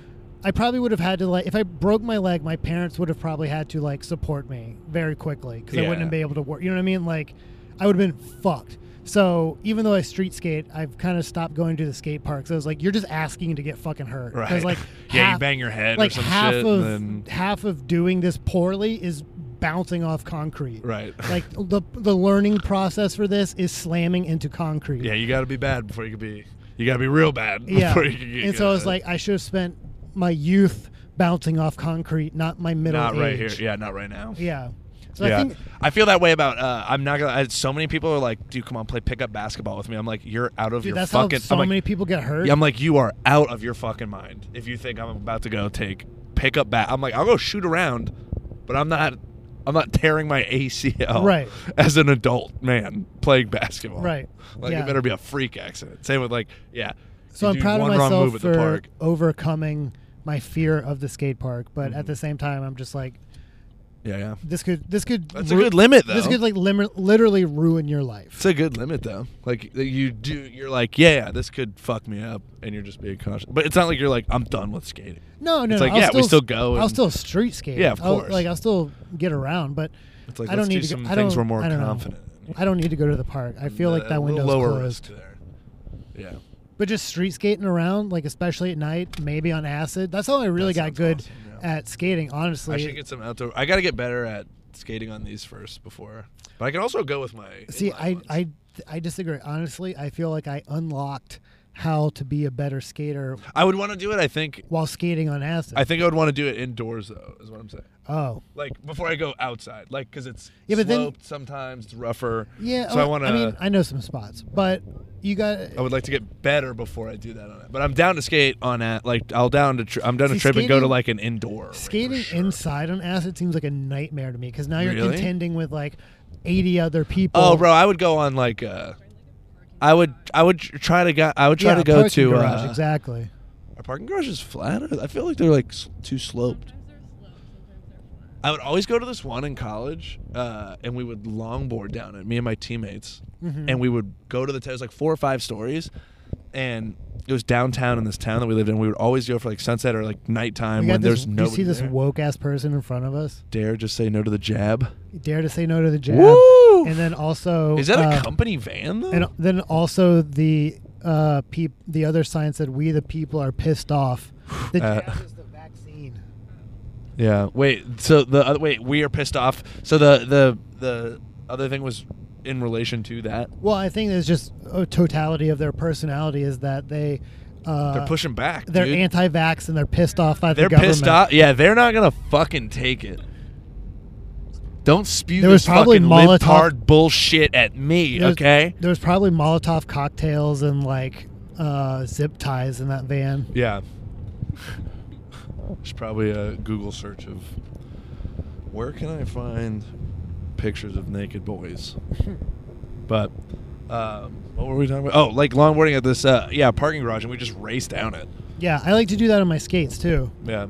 [SPEAKER 2] I probably would have had to like if I broke my leg, my parents would have probably had to like support me very quickly because I
[SPEAKER 1] Yeah.
[SPEAKER 2] wouldn't have been able to work. You know what I mean? Like, I would have been fucked. So even though I street skate, I've kind of stopped going to the skate parks. I was like, you're just asking to get fucking hurt. 'Cause,
[SPEAKER 1] Right.
[SPEAKER 2] Like,
[SPEAKER 1] yeah, you
[SPEAKER 2] half-
[SPEAKER 1] bang your head
[SPEAKER 2] like
[SPEAKER 1] or some
[SPEAKER 2] half
[SPEAKER 1] shit,
[SPEAKER 2] of
[SPEAKER 1] and then
[SPEAKER 2] half of doing this poorly is bouncing off concrete.
[SPEAKER 1] right.
[SPEAKER 2] Like the the learning process for this is slamming into concrete.
[SPEAKER 1] yeah, you got to be bad before you could be. You got to be real bad
[SPEAKER 2] Yeah.
[SPEAKER 1] before you could get.
[SPEAKER 2] and so I was
[SPEAKER 1] good.
[SPEAKER 2] like, I should have spent my youth bouncing off concrete, not my middle
[SPEAKER 1] not right here.
[SPEAKER 2] age.
[SPEAKER 1] Yeah, not right now.
[SPEAKER 2] Yeah. So
[SPEAKER 1] yeah,
[SPEAKER 2] I think
[SPEAKER 1] I feel that way about. Uh, I'm not gonna. I, so many people are like, "Dude, come on, play pickup basketball with me." I'm like, "You're out of
[SPEAKER 2] dude,
[SPEAKER 1] your
[SPEAKER 2] that's how
[SPEAKER 1] fucking."
[SPEAKER 2] so
[SPEAKER 1] I'm like,
[SPEAKER 2] many people get hurt.
[SPEAKER 1] yeah, I'm like, "You are out of your fucking mind." If you think I'm about to go take pickup bat, I'm like, "I'll go shoot around," but I'm not. I'm not tearing my ACL
[SPEAKER 2] Right.
[SPEAKER 1] as an adult man playing basketball.
[SPEAKER 2] Right.
[SPEAKER 1] Like
[SPEAKER 2] Yeah.
[SPEAKER 1] it better be a freak accident. Same with like, yeah.
[SPEAKER 2] So
[SPEAKER 1] you
[SPEAKER 2] I'm
[SPEAKER 1] do
[SPEAKER 2] proud of
[SPEAKER 1] one wrong move
[SPEAKER 2] myself
[SPEAKER 1] at the
[SPEAKER 2] for
[SPEAKER 1] park. Mm-hmm.
[SPEAKER 2] overcoming my fear of the skate park, but at the same time, I'm just like,
[SPEAKER 1] Yeah, yeah.
[SPEAKER 2] This could this could
[SPEAKER 1] That's a good limit, though.
[SPEAKER 2] This could like lim- literally ruin your
[SPEAKER 1] It's
[SPEAKER 2] life.
[SPEAKER 1] a good limit though. Like that you do, you're like, yeah, yeah, this could fuck me up, and you're just being cautious. But it's not like you're like, I'm done with skating.
[SPEAKER 2] No, no,
[SPEAKER 1] It's
[SPEAKER 2] no,
[SPEAKER 1] like,
[SPEAKER 2] I'll
[SPEAKER 1] yeah, we
[SPEAKER 2] still,
[SPEAKER 1] still go
[SPEAKER 2] I'll
[SPEAKER 1] and-
[SPEAKER 2] still street skate.
[SPEAKER 1] Yeah, of
[SPEAKER 2] I'll-
[SPEAKER 1] course.
[SPEAKER 2] like I'll still get around, but
[SPEAKER 1] It's like
[SPEAKER 2] I
[SPEAKER 1] let's
[SPEAKER 2] don't need
[SPEAKER 1] do
[SPEAKER 2] to.
[SPEAKER 1] some
[SPEAKER 2] go, I
[SPEAKER 1] things
[SPEAKER 2] don't-
[SPEAKER 1] we're more
[SPEAKER 2] I don't know.
[SPEAKER 1] confident. in.
[SPEAKER 2] I don't need to go to the park. I feel
[SPEAKER 1] A
[SPEAKER 2] like that
[SPEAKER 1] little
[SPEAKER 2] window's
[SPEAKER 1] lower
[SPEAKER 2] closed.
[SPEAKER 1] risk there. Yeah,
[SPEAKER 2] But just street skating around, like especially at night, maybe on acid. That's how I really
[SPEAKER 1] That
[SPEAKER 2] got
[SPEAKER 1] sounds
[SPEAKER 2] good
[SPEAKER 1] awesome, yeah.
[SPEAKER 2] at skating. Honestly,
[SPEAKER 1] I should get some outdoor. I gotta get better at skating on these first before, but I can also go with my.
[SPEAKER 2] See,
[SPEAKER 1] inline
[SPEAKER 2] I,
[SPEAKER 1] ones.
[SPEAKER 2] I I disagree. Honestly, I feel like I unlocked how to be a better skater
[SPEAKER 1] I would want to do it. I think.
[SPEAKER 2] while skating on acid.
[SPEAKER 1] I think I would want to do it indoors though. Is what I'm saying.
[SPEAKER 2] oh,
[SPEAKER 1] Like before I go outside, like because it's
[SPEAKER 2] Yeah, but then-
[SPEAKER 1] sloped sometimes it's rougher.
[SPEAKER 2] yeah.
[SPEAKER 1] So I
[SPEAKER 2] oh,
[SPEAKER 1] want to.
[SPEAKER 2] I mean, I know some spots, but you got.
[SPEAKER 1] I would like to get better before I do that on it. But I'm down to skate on that. Like I'll down to tr- I'm down
[SPEAKER 2] See,
[SPEAKER 1] to trip and go to
[SPEAKER 2] skating-
[SPEAKER 1] like an indoor rink for
[SPEAKER 2] Skating
[SPEAKER 1] sure.
[SPEAKER 2] inside on acid seems like a nightmare to me because now you're
[SPEAKER 1] Really?
[SPEAKER 2] contending with like 80 other people.
[SPEAKER 1] Oh, bro, I would go on like uh, I would I would tr- try to go I would try
[SPEAKER 2] yeah,
[SPEAKER 1] to go
[SPEAKER 2] parking
[SPEAKER 1] to
[SPEAKER 2] garage,
[SPEAKER 1] uh,
[SPEAKER 2] exactly.
[SPEAKER 1] Our parking garage is flat. Or- I feel like they're like s- too sloped.
[SPEAKER 4] Sometimes they're slow, sometimes they're flat.
[SPEAKER 1] I would always go to this one in college, uh, and we would longboard down it, me and my teammates, and we would go to the. T- it was like four or five stories, and it was downtown in this town that we lived in. We would always go for like sunset or like nighttime
[SPEAKER 2] We got
[SPEAKER 1] when
[SPEAKER 2] this,
[SPEAKER 1] there's
[SPEAKER 2] you
[SPEAKER 1] nobody.
[SPEAKER 2] see this
[SPEAKER 1] there.
[SPEAKER 2] woke ass person in front of us.
[SPEAKER 1] Dare just say no to the jab.
[SPEAKER 2] You dare to say no to the jab.
[SPEAKER 1] Woo!
[SPEAKER 2] And then also,
[SPEAKER 1] Is that a
[SPEAKER 2] uh,
[SPEAKER 1] company van though?
[SPEAKER 2] And uh, then also the uh, peop- the other sign said, "We the people are pissed off." The
[SPEAKER 1] Uh,
[SPEAKER 2] jab is the vaccine.
[SPEAKER 1] yeah. Wait. So the other wait, we are pissed off. So the the the other thing was in relation to that.
[SPEAKER 2] Well, I think it's just a totality of their personality is that they uh,
[SPEAKER 1] They're pushing back.
[SPEAKER 2] They're
[SPEAKER 1] dude.
[SPEAKER 2] anti-vax and they're pissed off by
[SPEAKER 1] They're
[SPEAKER 2] the government.
[SPEAKER 1] pissed off. Yeah, they're not gonna fucking take it. Don't spew
[SPEAKER 2] There
[SPEAKER 1] this
[SPEAKER 2] was probably
[SPEAKER 1] fucking
[SPEAKER 2] Molotov-
[SPEAKER 1] libtard bullshit at me,
[SPEAKER 2] There's-
[SPEAKER 1] okay?
[SPEAKER 2] There's probably Molotov cocktails and like uh, zip ties in that van.
[SPEAKER 1] Yeah. There's probably a Google search of where can I find pictures of naked boys? But um, what were we talking about? Oh, like longboarding at this uh, yeah parking garage, and we just raced down it.
[SPEAKER 2] Yeah, I like to do that on my skates too.
[SPEAKER 1] Yeah.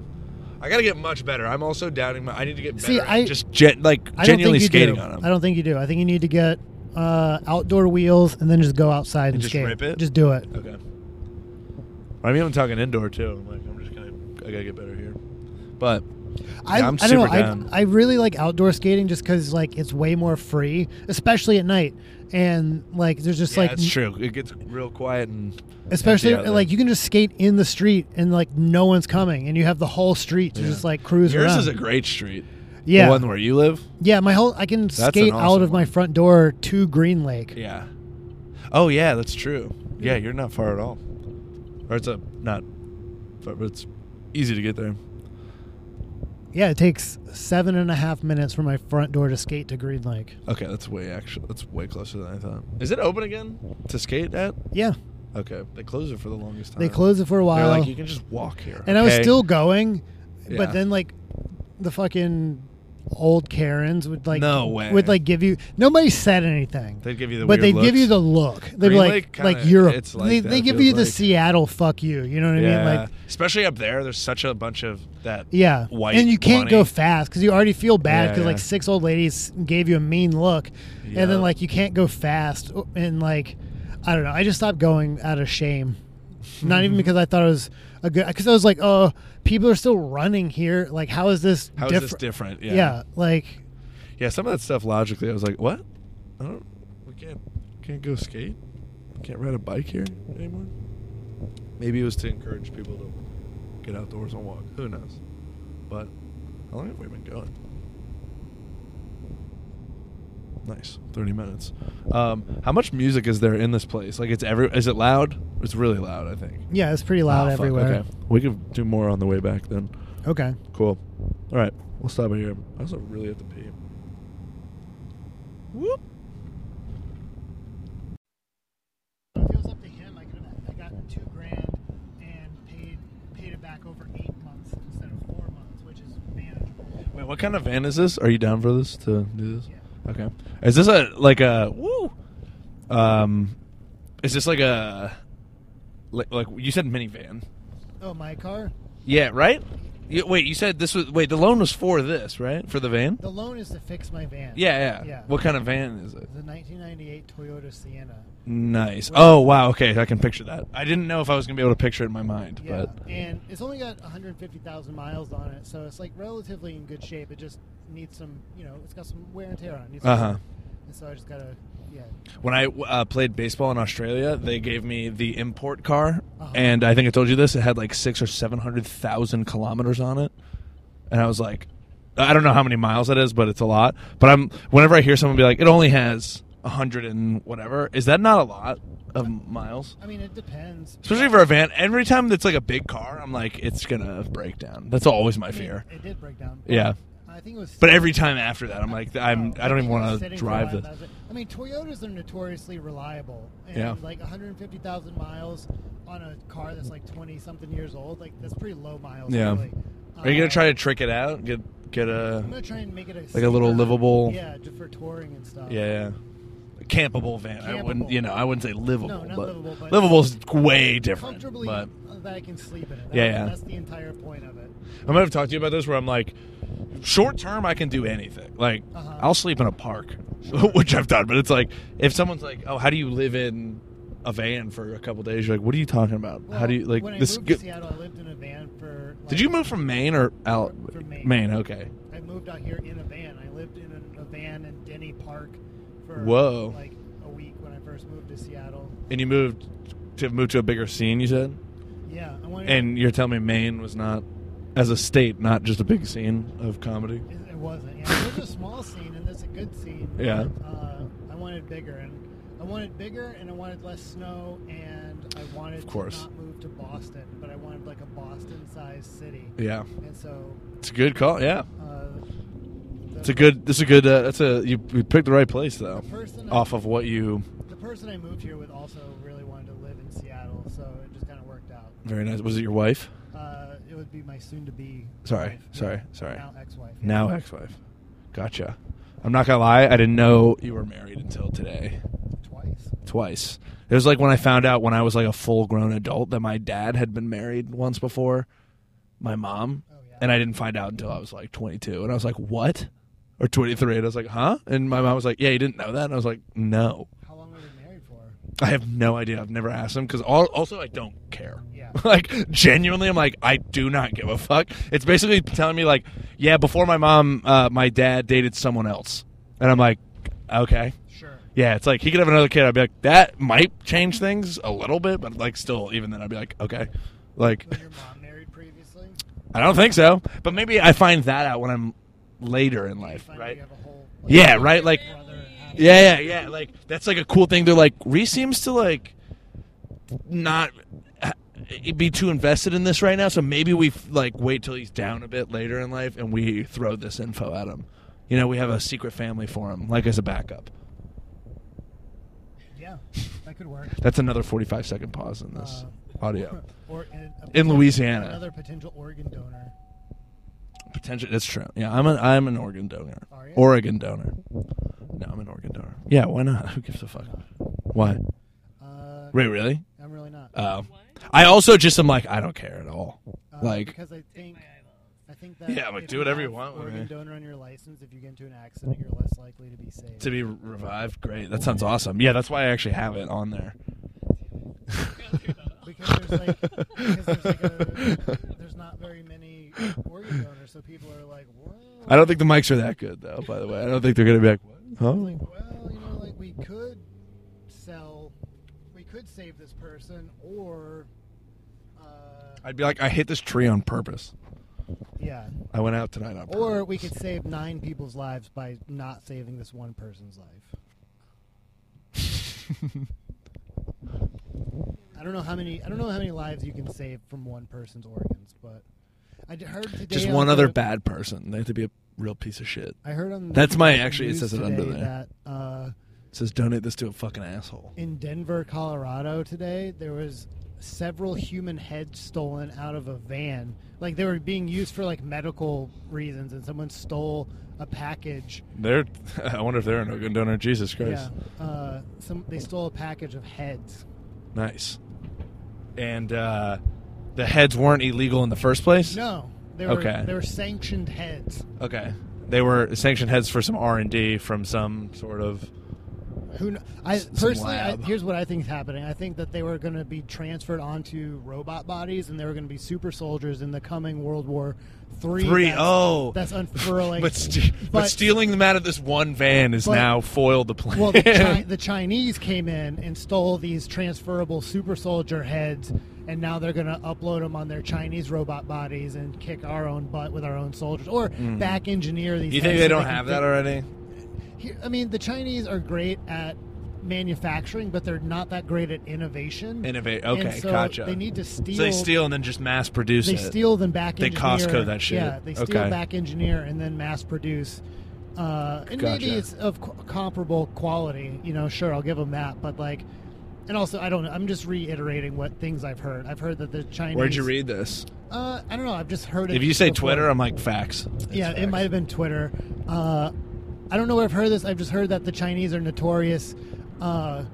[SPEAKER 1] I gotta get much better. I'm also doubting my. I need to get better.
[SPEAKER 2] See,
[SPEAKER 1] at
[SPEAKER 2] I-
[SPEAKER 1] just gen, like
[SPEAKER 2] I
[SPEAKER 1] genuinely
[SPEAKER 2] don't think you
[SPEAKER 1] skating
[SPEAKER 2] do.
[SPEAKER 1] on
[SPEAKER 2] I
[SPEAKER 1] them.
[SPEAKER 2] don't think you do. I think you need to get uh, outdoor wheels and then just go outside and,
[SPEAKER 1] just
[SPEAKER 2] skate.
[SPEAKER 1] rip it?
[SPEAKER 2] Just do it.
[SPEAKER 1] Okay. I mean, I'm talking indoor too. I'm like, I'm just gonna. I gotta get better here. But
[SPEAKER 2] I,
[SPEAKER 1] Yeah, I'm
[SPEAKER 2] I don't know.
[SPEAKER 1] super down.
[SPEAKER 2] I, I really like outdoor skating just because like it's way more free, especially at night. And like there's just
[SPEAKER 1] yeah,
[SPEAKER 2] like,
[SPEAKER 1] that's true. It gets real quiet and
[SPEAKER 2] especially
[SPEAKER 1] empty out there.
[SPEAKER 2] like you can just skate in the street and like no one's coming, and you have the whole street to
[SPEAKER 1] Yeah.
[SPEAKER 2] just like cruise
[SPEAKER 1] Yours
[SPEAKER 2] around.
[SPEAKER 1] is a great street.
[SPEAKER 2] yeah,
[SPEAKER 1] The one where you live?
[SPEAKER 2] yeah. My whole I can
[SPEAKER 1] an
[SPEAKER 2] skate out
[SPEAKER 1] awesome
[SPEAKER 2] of my front door to Green Lake.
[SPEAKER 1] Yeah. Oh, yeah, that's true. Yeah, you're not far at all. Or it's a, not far, but it's easy to get there.
[SPEAKER 2] Yeah, it takes seven and a half minutes from my front door to skate to Green Lake.
[SPEAKER 1] Okay, that's way actually, that's way closer than I thought. Is it open again to skate at?
[SPEAKER 2] Yeah,
[SPEAKER 1] Okay, they closed it for the longest time.
[SPEAKER 2] they closed it for a
[SPEAKER 1] Uh, They're
[SPEAKER 2] while.
[SPEAKER 1] like, you can just walk here.
[SPEAKER 2] And I was
[SPEAKER 1] okay?
[SPEAKER 2] still going,
[SPEAKER 1] Yeah.
[SPEAKER 2] but then like the fucking old Karens would like
[SPEAKER 1] No way.
[SPEAKER 2] would like give you nobody said anything.
[SPEAKER 1] They'd give you the
[SPEAKER 2] but
[SPEAKER 1] weird
[SPEAKER 2] they'd give you
[SPEAKER 1] looks.
[SPEAKER 2] the look. They'd be
[SPEAKER 1] Green
[SPEAKER 2] like
[SPEAKER 1] Lake kinda-
[SPEAKER 2] like Europe.
[SPEAKER 1] it's like
[SPEAKER 2] they
[SPEAKER 1] that,
[SPEAKER 2] they give
[SPEAKER 1] feels
[SPEAKER 2] you the
[SPEAKER 1] like.
[SPEAKER 2] Seattle fuck you. You know what I mean? Like
[SPEAKER 1] especially up there, there's such a bunch of that.
[SPEAKER 2] yeah.
[SPEAKER 1] White
[SPEAKER 2] and you can't go
[SPEAKER 1] wanting-
[SPEAKER 2] fast cuz you already feel bad
[SPEAKER 1] Yeah,
[SPEAKER 2] cuz like
[SPEAKER 1] yeah.
[SPEAKER 2] six old ladies gave you a mean look and
[SPEAKER 1] Yeah.
[SPEAKER 2] then like you can't go fast and like I don't know. I just stopped going out of shame. Not
[SPEAKER 1] Mm-hmm.
[SPEAKER 2] even because I thought it was a good cuz I was like, "Oh, people are still running here. Like how is this
[SPEAKER 1] How is
[SPEAKER 2] different?"
[SPEAKER 1] this different?
[SPEAKER 2] yeah. like
[SPEAKER 1] Yeah, some of that stuff logically, I was like, what? I don't. We can't can't go skate. We can't ride a bike here anymore. Maybe it was to encourage people to get outdoors and walk. Who knows? But how long have we been going? Nice, thirty minutes. Um, how much music is there in this place? Like, it's every. Is it loud? It's really loud. I think.
[SPEAKER 2] yeah, it's pretty loud
[SPEAKER 1] Ah, fuck,
[SPEAKER 2] everywhere.
[SPEAKER 1] okay, we could do more on the way back then.
[SPEAKER 2] okay.
[SPEAKER 1] Cool. All right, we'll stop it here. I also really have to pee. Whoop.
[SPEAKER 2] If it was up to him, I could have I gotten two grand and paid paid it back over eight months instead of four months, which is manageable.
[SPEAKER 1] Wait, what kind of van is this? Are you down for this to do this?
[SPEAKER 2] Yeah.
[SPEAKER 1] Okay. Is this a like a woo? Um, is this like a like, like you said minivan?
[SPEAKER 2] Oh, my car?
[SPEAKER 1] Yeah. Right. Yeah, wait, you said this was wait. The loan was for this, right? For the van.
[SPEAKER 2] The loan is to fix my van.
[SPEAKER 1] Yeah, yeah.
[SPEAKER 2] Yeah.
[SPEAKER 1] What kind of van is it?
[SPEAKER 2] The 1998 Toyota Sienna.
[SPEAKER 1] Nice. Oh wow. Okay, I can picture that. I didn't know if I was gonna be able to picture it in my mind,
[SPEAKER 2] Yeah,
[SPEAKER 1] but
[SPEAKER 2] and it's only got 150,000 miles on it, so it's like relatively in good shape. It just needs some, you know, it's got some wear and tear on it. needs some
[SPEAKER 1] Uh-huh.
[SPEAKER 2] work. And so I just gotta, yeah.
[SPEAKER 1] when I uh, played baseball in Australia, they gave me the import car,
[SPEAKER 2] Uh-huh.
[SPEAKER 1] and I think I told you this. It had like six or seven hundred thousand kilometers on it, and I was like, I don't know how many miles that is, but it's a lot. But I'm whenever I hear someone be like, it only has a hundred and whatever, is that not a lot of miles?
[SPEAKER 2] I mean, it depends.
[SPEAKER 1] Especially for a van. Every time that's like a big car, I'm like, it's gonna break down. That's always my
[SPEAKER 2] I mean,
[SPEAKER 1] fear.
[SPEAKER 2] It did break down.
[SPEAKER 1] Yeah.
[SPEAKER 2] I think it was.
[SPEAKER 1] But every time after that, I'm like, I'm I don't even want to
[SPEAKER 2] Sitting
[SPEAKER 1] drive
[SPEAKER 2] for a
[SPEAKER 1] this.
[SPEAKER 2] while, I was like- I mean, Toyotas are notoriously reliable, and
[SPEAKER 1] Yeah.
[SPEAKER 2] like 150,000 miles on a car that's like 20 something years old, like that's pretty low miles.
[SPEAKER 1] Yeah.
[SPEAKER 2] Really.
[SPEAKER 1] Are you gonna
[SPEAKER 2] Uh,
[SPEAKER 1] try to trick it out? Get get
[SPEAKER 2] I'm
[SPEAKER 1] a
[SPEAKER 2] gonna try and make it a
[SPEAKER 1] a little
[SPEAKER 2] safer-
[SPEAKER 1] livable-
[SPEAKER 2] Yeah, just for touring and stuff.
[SPEAKER 1] yeah, yeah. A campable van. I wouldn't
[SPEAKER 2] Campable.
[SPEAKER 1] you know I wouldn't say livable,
[SPEAKER 2] not
[SPEAKER 1] but,
[SPEAKER 2] livable, but-
[SPEAKER 1] livable's way different.
[SPEAKER 2] comfortably
[SPEAKER 1] But
[SPEAKER 2] that I can sleep in it. That-
[SPEAKER 1] Yeah, yeah.
[SPEAKER 2] That's the entire point of it.
[SPEAKER 1] I might have talked to you about this where I'm like, short term I can do anything. Like
[SPEAKER 2] Uh-huh.
[SPEAKER 1] I'll sleep in a park, which I've done. But it's like if someone's like, oh, how do you live in a van for a couple days? You're like, what are you talking about? how
[SPEAKER 2] Well,
[SPEAKER 1] do you like
[SPEAKER 2] when
[SPEAKER 1] this?
[SPEAKER 2] I moved
[SPEAKER 1] go-
[SPEAKER 2] to Seattle, I lived in a van for. Like,
[SPEAKER 1] Did you move from Maine or out?
[SPEAKER 2] From Maine.
[SPEAKER 1] okay.
[SPEAKER 2] I moved out here in a van. I lived in a, a van in Denny Park for
[SPEAKER 1] Whoa.
[SPEAKER 2] like a week when I first moved to Seattle.
[SPEAKER 1] And you moved to move to a bigger scene, you said?
[SPEAKER 2] Yeah, I wanted.
[SPEAKER 1] And you're telling me Maine was not, as a state, not just a big scene of comedy?
[SPEAKER 2] it, it wasn't. Yeah, there's a small scene and there's a good scene.
[SPEAKER 1] Yeah.
[SPEAKER 2] but, Uh, I wanted bigger and. I wanted bigger, and I wanted less snow, and I wanted
[SPEAKER 1] Of course.
[SPEAKER 2] to not move to Boston, but I wanted like a Boston-sized city,
[SPEAKER 1] Yeah.
[SPEAKER 2] and so
[SPEAKER 1] It's a good call. Yeah.
[SPEAKER 2] uh, the-
[SPEAKER 1] It's a good, it's a good, uh, that's a, you, you picked the right place,
[SPEAKER 2] the
[SPEAKER 1] though,
[SPEAKER 2] person I-
[SPEAKER 1] off of what you,
[SPEAKER 2] The person I moved here with also really wanted to live in Seattle, so it just kind of worked out.
[SPEAKER 1] very nice. Was it your wife?
[SPEAKER 2] Uh, it would be my soon-to-be.
[SPEAKER 1] Sorry,
[SPEAKER 2] wife,
[SPEAKER 1] sorry, sorry.
[SPEAKER 2] Now ex-wife. yeah.
[SPEAKER 1] Now ex wife. Gotcha. I'm not going to lie. I didn't know you were married until today.
[SPEAKER 2] twice.
[SPEAKER 1] Twice. It was like when I found out when I was like a full grown adult that my dad had been married once before my mom.
[SPEAKER 2] Oh yeah.
[SPEAKER 1] And I didn't find out until I was like 22. And I was like, what? Or 23. And I was like, huh? And my mom was like, yeah, you didn't know that? And I was like, no.
[SPEAKER 2] How long were we married for?
[SPEAKER 1] I have no idea. I've never asked him because also I don't care.
[SPEAKER 2] Yeah.
[SPEAKER 1] like, genuinely, I'm like, I do not give a fuck. It's basically telling me, like, yeah, before my mom, uh, my dad dated someone else. And I'm like, okay.
[SPEAKER 2] Sure.
[SPEAKER 1] Yeah, it's like he could have another kid. I'd be like, that might change things a little bit, but like, still, even then, I'd be like, okay. Like,
[SPEAKER 2] Was your mom married previously?
[SPEAKER 1] I don't think so. But maybe I find that out when I'm later in
[SPEAKER 2] You
[SPEAKER 1] life,
[SPEAKER 2] find out
[SPEAKER 1] right?
[SPEAKER 2] You have a whole,
[SPEAKER 1] Yeah, right. Like,
[SPEAKER 2] brother and half-
[SPEAKER 1] yeah, yeah, yeah. Like that's like a cool thing. They're like Reese seems to like not uh, be too invested in this right now. So maybe we like wait till he's down a bit later in life and we throw this info at him. You know, we have a secret family for him, like as a backup.
[SPEAKER 2] Yeah, that could work.
[SPEAKER 1] That's another forty-five second pause in this audio.
[SPEAKER 2] Or in, a
[SPEAKER 1] In Louisiana.
[SPEAKER 2] Another potential organ donor.
[SPEAKER 1] Potential. That's true. Yeah, I'm an I'm an organ donor.
[SPEAKER 2] Are you?
[SPEAKER 1] Oregon donor. No, I'm an organ donor. Yeah, why not? Who gives a fuck? Why?
[SPEAKER 2] Uh,
[SPEAKER 1] Wait, really?
[SPEAKER 2] I'm really not.
[SPEAKER 1] Oh. I also just am like I don't care at all.
[SPEAKER 2] Uh,
[SPEAKER 1] Like
[SPEAKER 2] because I think I think that
[SPEAKER 1] Yeah, like,
[SPEAKER 2] if
[SPEAKER 1] do whatever you
[SPEAKER 2] have
[SPEAKER 1] want with
[SPEAKER 2] Organ
[SPEAKER 1] me.
[SPEAKER 2] donor on your license. If you get into an accident, you're less likely to be saved.
[SPEAKER 1] to be revived. Great. That sounds awesome. Yeah, that's why I actually have it on there.
[SPEAKER 2] because there's like, because there's, like a, there's not very many organ donors, so people are like, well,
[SPEAKER 1] I don't think the mics are that good though, by the way. I don't think they're going to be like, "Huh?"
[SPEAKER 2] well, you know, like we could sell, we could save this person, or uh,
[SPEAKER 1] I'd be like, "I hit this tree on purpose.
[SPEAKER 2] yeah,
[SPEAKER 1] I went out tonight on purpose."
[SPEAKER 2] or we could save nine people's lives by not saving this one person's life. I don't know how many. I don't know how many lives you can save from one person's organs, but I d- heard today.
[SPEAKER 1] just
[SPEAKER 2] on
[SPEAKER 1] one other
[SPEAKER 2] the-
[SPEAKER 1] bad person. They have to be a real piece of shit.
[SPEAKER 2] I heard on.
[SPEAKER 1] That's my-
[SPEAKER 2] the
[SPEAKER 1] actually, it
[SPEAKER 2] news
[SPEAKER 1] says it
[SPEAKER 2] today
[SPEAKER 1] under there.
[SPEAKER 2] That uh,
[SPEAKER 1] It says donate this to a fucking asshole.
[SPEAKER 2] in Denver, Colorado, today there was several human heads stolen out of a van. Like they were being used for like medical reasons, and someone stole a package.
[SPEAKER 1] They're I wonder if they're an organ donor. Jesus Christ.
[SPEAKER 2] Yeah. Uh, some they stole a package of heads.
[SPEAKER 1] Nice. And uh the heads weren't illegal in the first place?
[SPEAKER 2] No. They were
[SPEAKER 1] Okay.
[SPEAKER 2] they were sanctioned heads.
[SPEAKER 1] Okay. They were sanctioned heads for some R and D from some sort of.
[SPEAKER 2] Who kn- I
[SPEAKER 1] S- some
[SPEAKER 2] personally, I,
[SPEAKER 1] lab.
[SPEAKER 2] here's what I think is happening. I think that they were going to be transferred onto robot bodies, and they were going to be super soldiers in the coming World War Three.
[SPEAKER 1] Three,
[SPEAKER 2] that's,
[SPEAKER 1] oh.
[SPEAKER 2] that's unfurling.
[SPEAKER 1] but, ste but
[SPEAKER 2] but-
[SPEAKER 1] stealing them out of this one van has
[SPEAKER 2] but-
[SPEAKER 1] now foiled the plan.
[SPEAKER 2] well, the, Chi- the Chinese came in and stole these transferable super soldier heads, and now they're going to upload them on their Chinese robot bodies and kick our own butt with our own soldiers, or back engineer these.
[SPEAKER 1] Mm. you think
[SPEAKER 2] heads
[SPEAKER 1] they
[SPEAKER 2] so
[SPEAKER 1] don't
[SPEAKER 2] can
[SPEAKER 1] have
[SPEAKER 2] fit-
[SPEAKER 1] that already?
[SPEAKER 2] Here- I mean, the Chinese are great at manufacturing, but they're not that great at innovation.
[SPEAKER 1] Innovate. Okay,
[SPEAKER 2] and so
[SPEAKER 1] gotcha.
[SPEAKER 2] They need to steal.
[SPEAKER 1] so they steal and then just mass produce
[SPEAKER 2] They
[SPEAKER 1] it.
[SPEAKER 2] steal then back.
[SPEAKER 1] They
[SPEAKER 2] engineer-
[SPEAKER 1] Costco that shit.
[SPEAKER 2] Yeah, they steal
[SPEAKER 1] Okay.
[SPEAKER 2] back engineer and then mass produce. Uh, and
[SPEAKER 1] Gotcha.
[SPEAKER 2] maybe it's of co- comparable quality. You know, sure, I'll give them that. But like, and also, I don't know. I'm just reiterating what things I've heard. I've heard that the Chinese.
[SPEAKER 1] Where'd you read this?
[SPEAKER 2] Uh, I don't know. I've just heard it.
[SPEAKER 1] If you say
[SPEAKER 2] before.
[SPEAKER 1] Twitter, I'm like facts. It's
[SPEAKER 2] Yeah, it
[SPEAKER 1] facts.
[SPEAKER 2] might have been Twitter. Uh, I don't know where I've heard this. I've just heard that the Chinese are notorious, uh,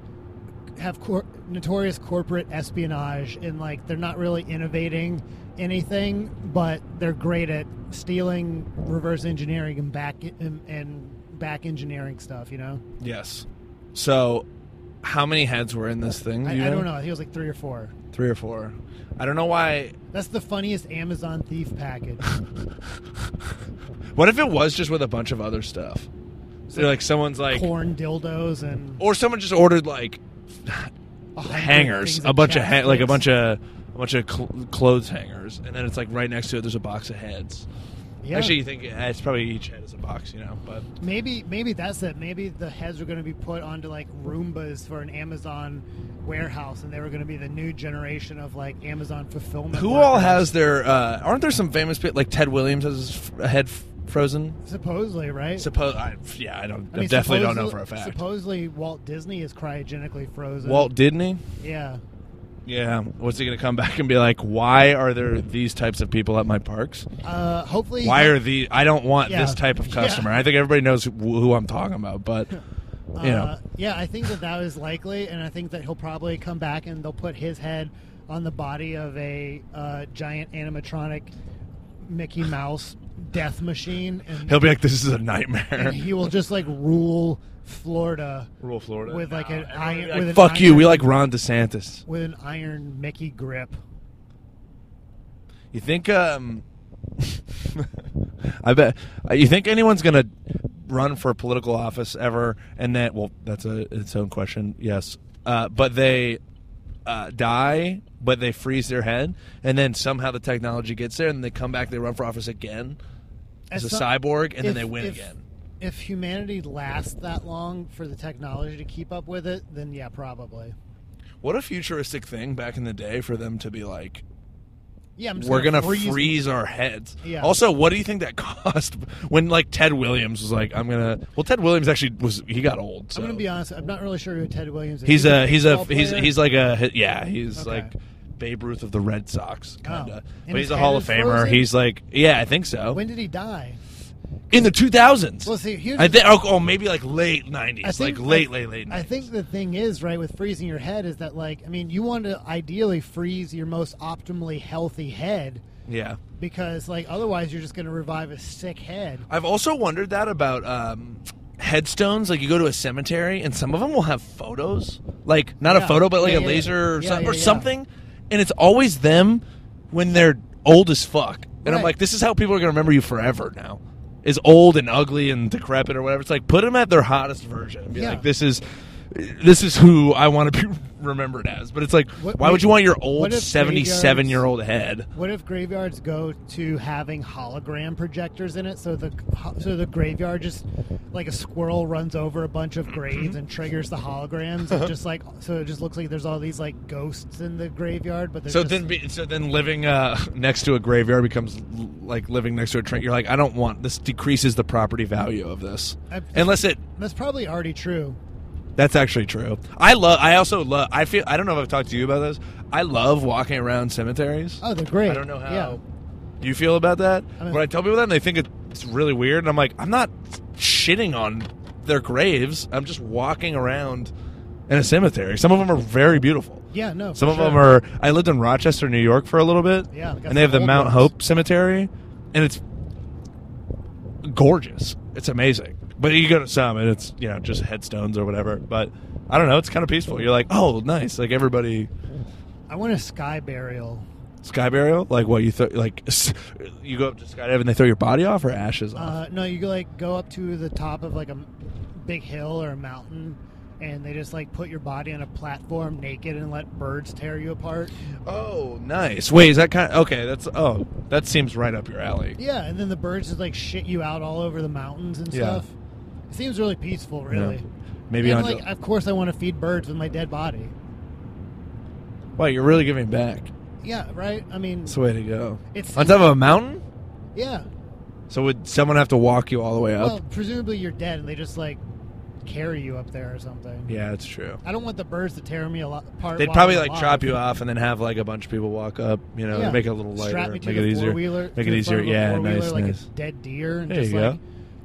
[SPEAKER 2] have cor- notorious corporate espionage, and like they're not really innovating anything, but they're great at stealing, reverse engineering, and back and, and back engineering stuff. You know,
[SPEAKER 1] Yes. So, how many heads were in this thing? do
[SPEAKER 2] I,
[SPEAKER 1] you
[SPEAKER 2] I don't know. I think it was like three or four.
[SPEAKER 1] Three or four. I don't know why.
[SPEAKER 2] That's the funniest Amazon thief package.
[SPEAKER 1] What if it was just with a bunch of other stuff? So like someone's like,
[SPEAKER 2] Corn dildos and
[SPEAKER 1] or someone just ordered like
[SPEAKER 2] a hundred
[SPEAKER 1] hangers,
[SPEAKER 2] things
[SPEAKER 1] a bunch of ha- like a
[SPEAKER 2] chapsticks.
[SPEAKER 1] bunch of a bunch of cl- clothes hangers, and then it's like right next to it. There's a box of heads.
[SPEAKER 2] Yeah.
[SPEAKER 1] Actually, you think eh, it's probably each head is a box, you know? But
[SPEAKER 2] Maybe maybe that's it. Maybe the heads were going to be put onto like Roombas for an Amazon warehouse, and they were going to be the new generation of like Amazon fulfillment.
[SPEAKER 1] who all
[SPEAKER 2] workers.
[SPEAKER 1] has their? Uh, aren't there some famous people like Ted Williams has his f- head f- frozen?
[SPEAKER 2] supposedly right?
[SPEAKER 1] Suppose I, yeah, I don't I
[SPEAKER 2] I mean,
[SPEAKER 1] definitely don't know
[SPEAKER 2] supposedly-
[SPEAKER 1] for a fact.
[SPEAKER 2] Supposedly Walt Disney is cryogenically frozen.
[SPEAKER 1] Walt Disney.
[SPEAKER 2] yeah,
[SPEAKER 1] Yeah, what's he gonna come back and be like? Why are there these types of people at my parks?
[SPEAKER 2] uh, hopefully.
[SPEAKER 1] Why are the? I don't want
[SPEAKER 2] Yeah.
[SPEAKER 1] this type of
[SPEAKER 2] Yeah.
[SPEAKER 1] customer. I think everybody knows who, who I'm talking about, but
[SPEAKER 2] uh,
[SPEAKER 1] you know,
[SPEAKER 2] Yeah, I think that that is likely, and I think that he'll probably come back and they'll put his head on the body of a uh, giant animatronic Mickey Mouse death machine, and
[SPEAKER 1] he'll be like, "This is a
[SPEAKER 2] and
[SPEAKER 1] nightmare."
[SPEAKER 2] he will just like rule Florida
[SPEAKER 1] Rule Florida
[SPEAKER 2] with like an
[SPEAKER 1] Nah,
[SPEAKER 2] iron.
[SPEAKER 1] like,
[SPEAKER 2] with an
[SPEAKER 1] Fuck you.
[SPEAKER 2] iron-
[SPEAKER 1] We like Ron DeSantis.
[SPEAKER 2] with an iron Mickey grip.
[SPEAKER 1] You think? Um, I bet. uh, You think anyone's gonna run for political office ever? And that? Well, that's a its own question. Yes, uh, but they uh, die, but they freeze their head, and then somehow the technology gets there, and they come back. They run for office again as,
[SPEAKER 2] As
[SPEAKER 1] a
[SPEAKER 2] some-
[SPEAKER 1] cyborg, and then
[SPEAKER 2] If-
[SPEAKER 1] they win
[SPEAKER 2] if-
[SPEAKER 1] again.
[SPEAKER 2] If humanity lasts that long for the technology to keep up with it, then yeah, probably.
[SPEAKER 1] What a futuristic thing back in the day for them to be like.
[SPEAKER 2] Yeah, I'm just
[SPEAKER 1] we're gonna,
[SPEAKER 2] freeze.
[SPEAKER 1] freeze, our heads.
[SPEAKER 2] Yeah.
[SPEAKER 1] Also, what do you think that cost? When like Ted Williams was like, "I'm gonna," well, Ted Williams actually was he got old. So.
[SPEAKER 2] I'm gonna be honest. I'm not really sure who Ted Williams is.
[SPEAKER 1] He's a he's a
[SPEAKER 2] baseball
[SPEAKER 1] he's
[SPEAKER 2] player?
[SPEAKER 1] he's like a yeah he's
[SPEAKER 2] Okay.
[SPEAKER 1] like Babe Ruth of the Red Sox kind of,
[SPEAKER 2] Oh. And
[SPEAKER 1] but
[SPEAKER 2] his
[SPEAKER 1] he's a
[SPEAKER 2] head
[SPEAKER 1] Hall of
[SPEAKER 2] is
[SPEAKER 1] Famer.
[SPEAKER 2] frozen?
[SPEAKER 1] He's like yeah, I think so.
[SPEAKER 2] When did he die?
[SPEAKER 1] In the 2000s.
[SPEAKER 2] Well, see, here's
[SPEAKER 1] I
[SPEAKER 2] the-
[SPEAKER 1] think oh, oh, maybe like late 90s, like late
[SPEAKER 2] I-
[SPEAKER 1] late late. 90s.
[SPEAKER 2] I think the thing is right with freezing your head is that like I mean you want to ideally freeze your most optimally healthy head
[SPEAKER 1] yeah.
[SPEAKER 2] because like otherwise you're just going to revive a sick head.
[SPEAKER 1] I've also wondered that about um, headstones. Like you go to a cemetery, and some of them will have photos, like not a
[SPEAKER 2] Yeah.
[SPEAKER 1] photo, but like
[SPEAKER 2] Yeah,
[SPEAKER 1] a
[SPEAKER 2] yeah,
[SPEAKER 1] laser or,
[SPEAKER 2] yeah,
[SPEAKER 1] some-
[SPEAKER 2] yeah,
[SPEAKER 1] or
[SPEAKER 2] yeah.
[SPEAKER 1] something, and it's always them when they're old as fuck. And I'm
[SPEAKER 2] Right.
[SPEAKER 1] like, this is how people are gonna remember you forever now. Is old and ugly and decrepit or whatever. It's like put them at their hottest version. And be
[SPEAKER 2] Yeah.
[SPEAKER 1] like, this is, this is who I want to be remembered as. But it's like,
[SPEAKER 2] What-
[SPEAKER 1] why would
[SPEAKER 2] wait,
[SPEAKER 1] you want your
[SPEAKER 2] what
[SPEAKER 1] old
[SPEAKER 2] if
[SPEAKER 1] seventy-seven
[SPEAKER 2] graveyards-
[SPEAKER 1] year old head?
[SPEAKER 2] What if graveyards go to having hologram projectors in it so the so the graveyard just like a squirrel runs over a bunch of graves and triggers the holograms and just like so it just looks like there's all these like ghosts in the graveyard but they're
[SPEAKER 1] So
[SPEAKER 2] just-
[SPEAKER 1] then, be, so then, living uh, next to a graveyard becomes l- like living next to a train. You're like, I don't want this. Decreases the property value of this,
[SPEAKER 2] I-
[SPEAKER 1] unless it.
[SPEAKER 2] that's probably already true.
[SPEAKER 1] That's actually true. I love. I also love. I feel. I don't know if I've talked to you about this. I love walking around cemeteries.
[SPEAKER 2] Oh, they're great.
[SPEAKER 1] I don't know how
[SPEAKER 2] Yeah.
[SPEAKER 1] you feel about that.
[SPEAKER 2] I mean-
[SPEAKER 1] when I tell people that, and they think it's really weird, and I'm like, I'm not shitting on their graves. I'm just walking around in a cemetery. Some of them are very beautiful.
[SPEAKER 2] Yeah, no.
[SPEAKER 1] Some
[SPEAKER 2] for
[SPEAKER 1] of
[SPEAKER 2] sure.
[SPEAKER 1] them are. I lived in Rochester, New York, for a little bit.
[SPEAKER 2] Yeah, got
[SPEAKER 1] and they have the
[SPEAKER 2] some old
[SPEAKER 1] Mount
[SPEAKER 2] ones.
[SPEAKER 1] Hope Cemetery, and it's gorgeous. It's amazing. But you go to some and it's you know just headstones or whatever. But I don't know. It's kind of peaceful. You're like, oh, nice. Like everybody
[SPEAKER 2] I want a sky burial.
[SPEAKER 1] sky burial. Like what you throw like s- you go up to skydive and they throw your body off or ashes off.
[SPEAKER 2] Uh, no, you go, like go up to the top of like a m- big hill or a mountain, and they just like put your body on a platform naked and let birds tear you apart.
[SPEAKER 1] oh, nice. Wait, is that kind? Of, okay, that's oh, that seems right up your alley.
[SPEAKER 2] Yeah, and then the birds just like shit you out all over the mountains and
[SPEAKER 1] Yeah.
[SPEAKER 2] stuff. It seems really peaceful, really.
[SPEAKER 1] Yeah. Maybe
[SPEAKER 2] and,
[SPEAKER 1] on.
[SPEAKER 2] like, of course, I want to feed birds with my dead body.
[SPEAKER 1] wow, you're really giving back.
[SPEAKER 2] Yeah, right. I mean,
[SPEAKER 1] That's the way to go.
[SPEAKER 2] it's
[SPEAKER 1] On top of a mountain.
[SPEAKER 2] yeah.
[SPEAKER 1] So would someone have to walk you all the way up?
[SPEAKER 2] Well, presumably you're dead, and they just like carry you up there or something.
[SPEAKER 1] yeah, that's true.
[SPEAKER 2] I don't want the birds to tear me a lot apart.
[SPEAKER 1] They'd
[SPEAKER 2] while
[SPEAKER 1] probably
[SPEAKER 2] I'm
[SPEAKER 1] like
[SPEAKER 2] alive.
[SPEAKER 1] chop you off and then have like a bunch of people walk up, you know,
[SPEAKER 2] Yeah.
[SPEAKER 1] make it a little lighter,
[SPEAKER 2] Strap me
[SPEAKER 1] make
[SPEAKER 2] to
[SPEAKER 1] it
[SPEAKER 2] the
[SPEAKER 1] easier.
[SPEAKER 2] four-wheeler,
[SPEAKER 1] make
[SPEAKER 2] to
[SPEAKER 1] it
[SPEAKER 2] the
[SPEAKER 1] easier.
[SPEAKER 2] front of a
[SPEAKER 1] Yeah,
[SPEAKER 2] four-wheeler
[SPEAKER 1] nice,
[SPEAKER 2] like
[SPEAKER 1] nice.
[SPEAKER 2] a dead deer, and
[SPEAKER 1] There
[SPEAKER 2] just
[SPEAKER 1] you
[SPEAKER 2] like
[SPEAKER 1] go.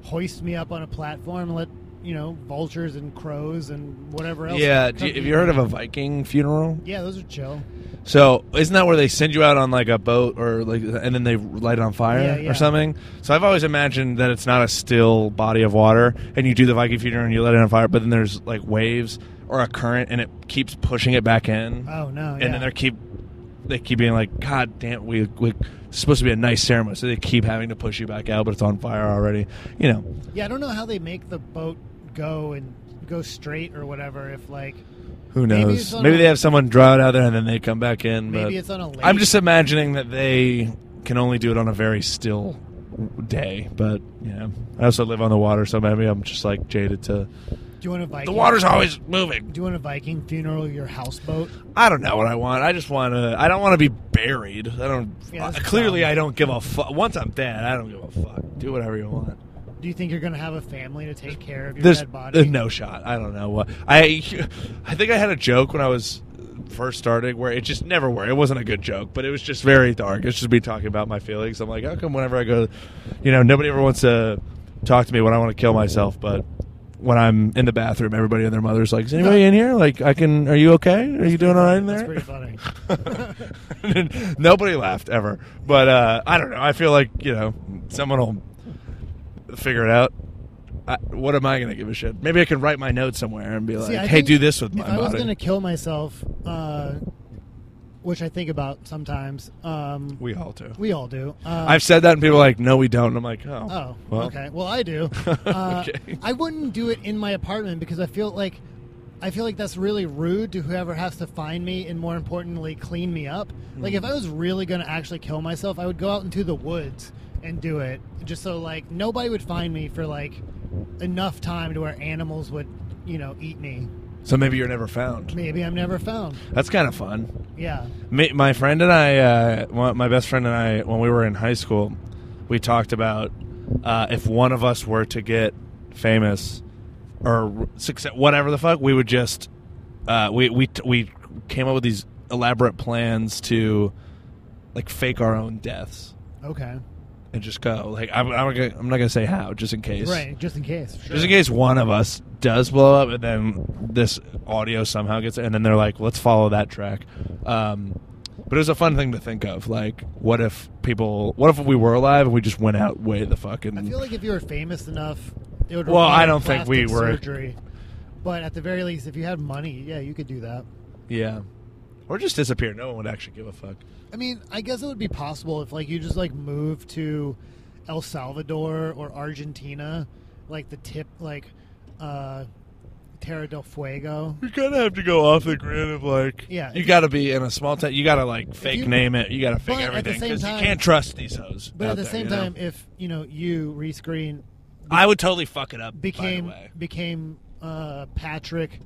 [SPEAKER 2] hoist me up on a platform, and let you know vultures and crows and whatever else.
[SPEAKER 1] Yeah,
[SPEAKER 2] come
[SPEAKER 1] do you, have
[SPEAKER 2] eat
[SPEAKER 1] you heard
[SPEAKER 2] me.
[SPEAKER 1] of a Viking funeral?
[SPEAKER 2] Yeah, those are chill.
[SPEAKER 1] So isn't that where they send you out on like a boat or like, and then they light it on fire
[SPEAKER 2] Yeah, yeah.
[SPEAKER 1] or something? So I've always imagined that it's not a still body of water, and you do the Viking funeral and you light it on fire, but then there's like waves or a current, and it keeps pushing it back in,
[SPEAKER 2] Oh no!
[SPEAKER 1] and then they keep they keep being like, God damn, we we it's supposed to be a nice ceremony, so they keep having to push you back out, but it's on fire already. You know,
[SPEAKER 2] yeah, I don't know how they make the boat go and go straight or whatever. If like
[SPEAKER 1] Who
[SPEAKER 2] Maybe
[SPEAKER 1] knows?
[SPEAKER 2] it's
[SPEAKER 1] Maybe,
[SPEAKER 2] on a-
[SPEAKER 1] they have someone draw it out there and then they come back in.
[SPEAKER 2] maybe
[SPEAKER 1] but
[SPEAKER 2] it's on a lake.
[SPEAKER 1] I'm just imagining that they can only do it on a very still day. But you know, I also live on the water, so maybe I'm just like jaded to
[SPEAKER 2] do you want a Viking?
[SPEAKER 1] the water's always moving.
[SPEAKER 2] Do you want a Viking funeral? Your houseboat?
[SPEAKER 1] I don't know what I want. I just want to. I don't want to be buried. I don't.
[SPEAKER 2] Yeah, that's
[SPEAKER 1] uh, clearly,
[SPEAKER 2] dumb.
[SPEAKER 1] I don't give a fuck. Once I'm dead, I don't give a fuck. Do whatever you want.
[SPEAKER 2] Do you think you're going to have a family to take care of your
[SPEAKER 1] There's,
[SPEAKER 2] dead body?
[SPEAKER 1] there's no shot. I don't know what I. I think I had a joke when I was first starting where it just never worked. It wasn't a good joke, but it was just very dark. It's just me talking about my feelings. I'm like, how come whenever I go, you know, nobody ever wants to talk to me when I want to kill myself, but when I'm in the bathroom, everybody and their mother's like, is anybody in here? Like, I can. Are you okay? Are you doing all right in
[SPEAKER 2] That's
[SPEAKER 1] there?
[SPEAKER 2] pretty funny.
[SPEAKER 1] Nobody laughed ever. But uh, I don't know. I feel like you know someone will figure it out. I, what am I going to give a shit? Maybe I can write my note somewhere and be like,
[SPEAKER 2] See, I
[SPEAKER 1] "Hey,
[SPEAKER 2] think
[SPEAKER 1] do this with
[SPEAKER 2] if
[SPEAKER 1] my
[SPEAKER 2] I was
[SPEAKER 1] body."
[SPEAKER 2] going to kill myself, uh, which I think about sometimes, um,
[SPEAKER 1] we all do.
[SPEAKER 2] we all do. Uh,
[SPEAKER 1] I've said that, and people are like, "No, we don't." And I'm like, "Oh,
[SPEAKER 2] Oh,
[SPEAKER 1] well."
[SPEAKER 2] okay. Well, I do. Uh,
[SPEAKER 1] Okay.
[SPEAKER 2] I wouldn't do it in my apartment because I feel like I feel like that's really rude to whoever has to find me and more importantly clean me up. Like
[SPEAKER 1] Mm.
[SPEAKER 2] if I was really going to actually kill myself, I would go out into the woods and do it just so like nobody would find me for like enough time to where animals would, you know, eat me.
[SPEAKER 1] So maybe you're never found.
[SPEAKER 2] Maybe I'm never found.
[SPEAKER 1] That's kind of fun.
[SPEAKER 2] Yeah.
[SPEAKER 1] Me, my friend and I, uh, one- my best friend and I, when we were in high school, we talked about uh, if one of us were to get famous or success, whatever the fuck, we would just uh, we we we came up with these elaborate plans to like fake our own deaths
[SPEAKER 2] Okay.
[SPEAKER 1] and just go. Like I'm, I'm, gonna, I'm not gonna say how, just in case,
[SPEAKER 2] Right, just in case. Sure.
[SPEAKER 1] just in case one of us does blow up, and then this audio somehow gets, and then they're like, "Let's follow that track." Um, but it was a fun thing to think of. Like, what if people? What if we were alive and we just went out way the fucking?
[SPEAKER 2] I feel like if you were famous enough, it would.
[SPEAKER 1] Well, I
[SPEAKER 2] require
[SPEAKER 1] don't think we
[SPEAKER 2] plastic
[SPEAKER 1] were.
[SPEAKER 2] Surgery, but at the very least, if you had money, yeah, you could do that.
[SPEAKER 1] yeah, or just disappear. No one would actually give a fuck.
[SPEAKER 2] I mean, I guess it would be possible if like you just like moved to El Salvador or Argentina, like the tip, like uh, Terra del Fuego.
[SPEAKER 1] You kind of have to go off the grid of like,
[SPEAKER 2] Yeah.
[SPEAKER 1] you got to be in a small town. You got to like fake
[SPEAKER 2] you-
[SPEAKER 1] name it. You got to
[SPEAKER 2] But
[SPEAKER 1] fake
[SPEAKER 2] at the
[SPEAKER 1] everything
[SPEAKER 2] same
[SPEAKER 1] because you
[SPEAKER 2] time-
[SPEAKER 1] can't trust these hoes.
[SPEAKER 2] But
[SPEAKER 1] out
[SPEAKER 2] at the
[SPEAKER 1] there,
[SPEAKER 2] same
[SPEAKER 1] you know?
[SPEAKER 2] time, if you know you rescreen
[SPEAKER 1] I would totally fuck it up.
[SPEAKER 2] became
[SPEAKER 1] by the way.
[SPEAKER 2] became uh, Patrick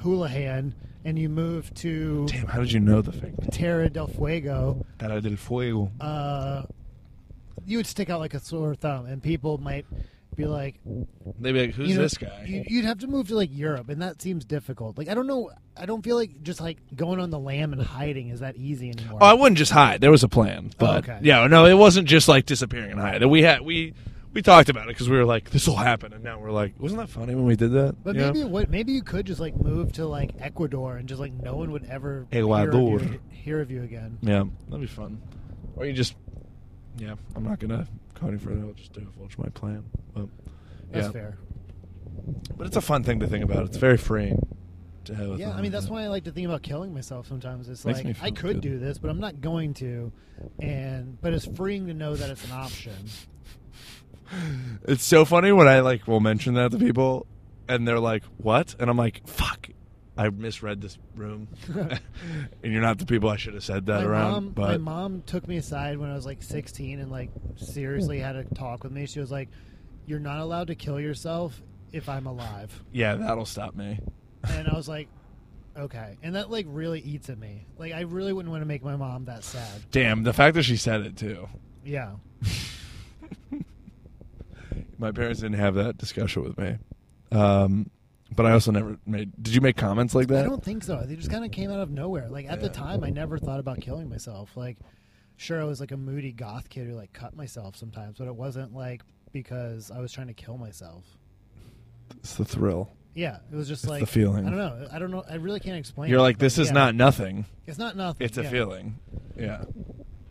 [SPEAKER 2] Houlihan, and you moved to
[SPEAKER 1] Damn, how did you know the fake name?
[SPEAKER 2] Terra del Fuego.
[SPEAKER 1] Cara del Fuego.
[SPEAKER 2] uh, you would stick out like a sore thumb, and people might be like,
[SPEAKER 1] They'd be like, "Who's
[SPEAKER 2] you know,
[SPEAKER 1] this guy?"
[SPEAKER 2] you- You'd have to move to like Europe, and that seems difficult. Like I don't know, I don't feel like just like going on the lam and hiding is that easy anymore.
[SPEAKER 1] oh, I wouldn't just hide. There was a plan, but
[SPEAKER 2] Oh, okay.
[SPEAKER 1] yeah, no, it wasn't just like disappearing and hiding. We had we we talked about it because we were like, "This will happen," and now we're like, "Wasn't that funny when we did that?"
[SPEAKER 2] but
[SPEAKER 1] You know?
[SPEAKER 2] maybe what maybe you could just like move to like Ecuador and just like no one would ever hear of you-
[SPEAKER 1] Ecuador.
[SPEAKER 2] hear of you again.
[SPEAKER 1] yeah, that'd be fun. Or you just Yeah, I'm not gonna go any further. I'll just divulge my plan. But
[SPEAKER 2] That's
[SPEAKER 1] yeah,
[SPEAKER 2] fair.
[SPEAKER 1] but it's a fun thing to think about. It's very freeing to have. a
[SPEAKER 2] Yeah,
[SPEAKER 1] thing
[SPEAKER 2] I mean
[SPEAKER 1] like
[SPEAKER 2] that's
[SPEAKER 1] that.
[SPEAKER 2] why I like to think about killing myself sometimes. It's
[SPEAKER 1] Makes me
[SPEAKER 2] like I
[SPEAKER 1] feel
[SPEAKER 2] could
[SPEAKER 1] good.
[SPEAKER 2] do this, but I'm not going to. And but it's freeing to know that it's an option.
[SPEAKER 1] It's so funny when I like will mention that to people, and they're like, "What?" And I'm like, "Fuck." I misread this room, and you're not the people I should have said that
[SPEAKER 2] my
[SPEAKER 1] around.
[SPEAKER 2] mom,
[SPEAKER 1] but
[SPEAKER 2] my mom took me aside when I was like 16 and like seriously had a talk with me. She was like, "You're not allowed to kill yourself if I'm alive,"
[SPEAKER 1] yeah, that'll stop me.
[SPEAKER 2] and I was like, "Okay," and that like really eats at me. Like I really wouldn't want to make my mom that sad.
[SPEAKER 1] Damn, the fact that she said it too.
[SPEAKER 2] Yeah,
[SPEAKER 1] My parents didn't have that discussion with me, um, but I also never made. Did you make comments like that?
[SPEAKER 2] I don't think so. They just kind of came out of nowhere. Like at the
[SPEAKER 1] Yeah.
[SPEAKER 2] time, I never thought about killing myself. Like, sure, I was like a moody goth kid who like cut myself sometimes, but it wasn't like because I was trying to kill myself.
[SPEAKER 1] it's the thrill.
[SPEAKER 2] Yeah, it was just
[SPEAKER 1] It's
[SPEAKER 2] like
[SPEAKER 1] the feeling.
[SPEAKER 2] I don't know. I don't know. I really can't explain.
[SPEAKER 1] You're
[SPEAKER 2] it,
[SPEAKER 1] like,
[SPEAKER 2] but
[SPEAKER 1] this is
[SPEAKER 2] yeah.
[SPEAKER 1] not nothing.
[SPEAKER 2] It's not nothing.
[SPEAKER 1] It's a
[SPEAKER 2] yeah.
[SPEAKER 1] feeling. Yeah.